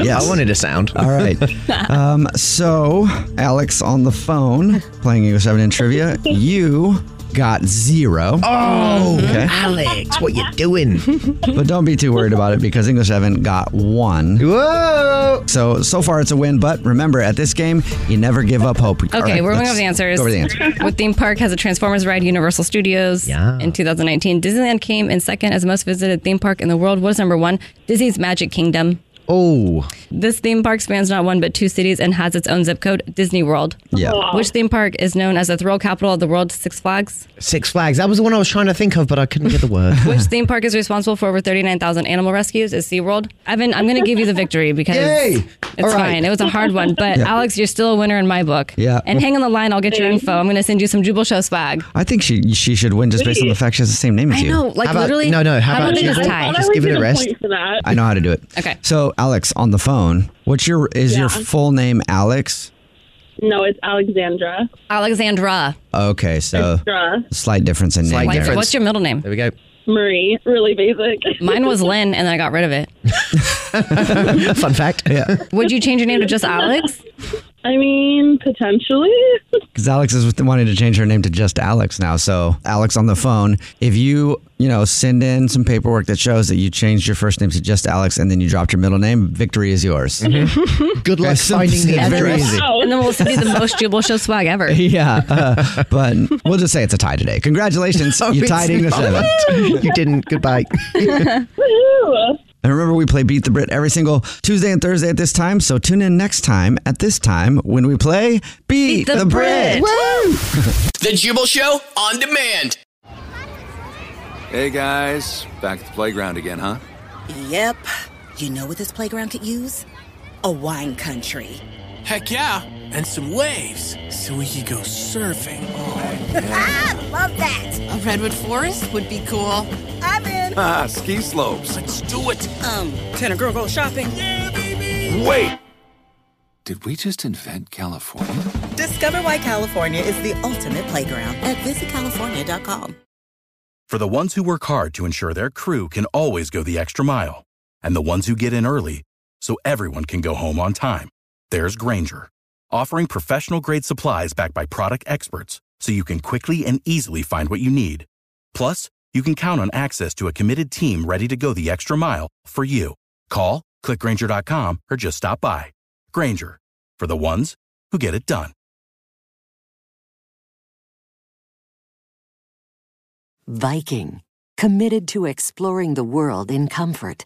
Speaker 9: yes.
Speaker 11: I wanted a sound.
Speaker 9: All right. Um, so, Alex on the phone playing English 7 in trivia. You got zero.
Speaker 11: Oh,
Speaker 9: Okay.
Speaker 11: Alex, what you doing?
Speaker 9: But don't be too worried about it because English 7 got one.
Speaker 11: Whoa!
Speaker 9: So, so far it's a win, but remember at this game, you never give up hope.
Speaker 10: Okay, we're going over the answers.
Speaker 9: Go over the answers.
Speaker 10: what theme park has a Transformers ride? Universal Studios. In 2019, Disneyland came in second as the most visited theme park in the world. What is number one? Disney's Magic Kingdom.
Speaker 11: Oh.
Speaker 10: This theme park spans not one but two cities and has its own zip code, Disney World.
Speaker 11: Yeah.
Speaker 10: Which theme park is known as the thrill capital of the world, Six Flags?
Speaker 11: Six Flags. That was the one I was trying to think of, but I couldn't get the word.
Speaker 10: Which theme park is responsible for over 39,000 animal rescues is SeaWorld? Evan, I'm going to give you the victory because
Speaker 9: Yay!
Speaker 10: it's
Speaker 9: All right.
Speaker 10: fine. It was a hard one, but
Speaker 9: Yeah.
Speaker 10: Alex, you're still a winner in my book.
Speaker 9: Yeah.
Speaker 10: And hang on the line, I'll get your info. I'm going to send you some Jubal Show swag.
Speaker 9: I think she she should win just based on the fact she has the same name as
Speaker 10: I
Speaker 9: you.
Speaker 10: know, like, How about- literally- no, no, how how about about they you just just- tie?
Speaker 9: Just give it a rest. I know how to do it.
Speaker 10: Okay.
Speaker 9: So, Alex on the phone. What's your is your
Speaker 3: Yeah.
Speaker 9: full name Alex?
Speaker 3: No, it's Alexandra.
Speaker 10: Alexandra.
Speaker 9: Okay, so
Speaker 3: Extra.
Speaker 9: slight difference in name.
Speaker 10: Why-
Speaker 9: there.
Speaker 10: What's your middle name?
Speaker 9: There we go.
Speaker 3: Marie, really basic.
Speaker 10: Mine was Lynn, and then I got rid of it.
Speaker 11: Fun fact.
Speaker 9: Yeah.
Speaker 10: Would you change your name to just Alex?
Speaker 3: I mean, potentially.
Speaker 9: Because Alex is wanting to change her name to just Alex now. So, Alex on the phone, if you, you know, send in some paperwork that shows that you changed your first name to just Alex and then you dropped your middle name, victory is yours. Mm-hmm.
Speaker 11: Good luck
Speaker 9: That's
Speaker 11: finding the
Speaker 9: very
Speaker 11: address.
Speaker 9: easy.
Speaker 10: And then we'll send you the most Jubal Show swag ever.
Speaker 9: Yeah, uh, but we'll just say it's a tie today. Congratulations, you tied English Evan.
Speaker 11: you didn't. Goodbye.
Speaker 9: And remember, we play Beat the Brit every single Tuesday and Thursday at this time. So tune in next time at this time when we play Beat, the, Brit.
Speaker 6: The Jubal Show on demand.
Speaker 4: Hey guys, back at the playground again, huh?
Speaker 7: Yep. You know what this playground could use? A wine country.
Speaker 22: Heck yeah. And some waves so we could go surfing.
Speaker 7: ah, love that.
Speaker 22: A redwood forest would be cool.
Speaker 7: I'm in.
Speaker 4: Uh,
Speaker 22: Ah, ski slopes. Let's do it.
Speaker 7: Um, can a girl go shopping? Yeah, baby.
Speaker 4: Wait! Did we just invent California?
Speaker 7: Discover why California is the ultimate playground at visitcalifornia.com.
Speaker 23: For the ones who work hard to ensure their crew can always go the extra mile, and the ones who get in early so everyone can go home on time, there's Granger, offering professional grade supplies backed by product experts so you can quickly and easily find what you need. Plus, you can count on access to a committed team ready to go the extra mile for you. Call, clickgranger.com, or just stop by. Granger, for the ones who get it done.
Speaker 24: Viking, committed to exploring the world in comfort.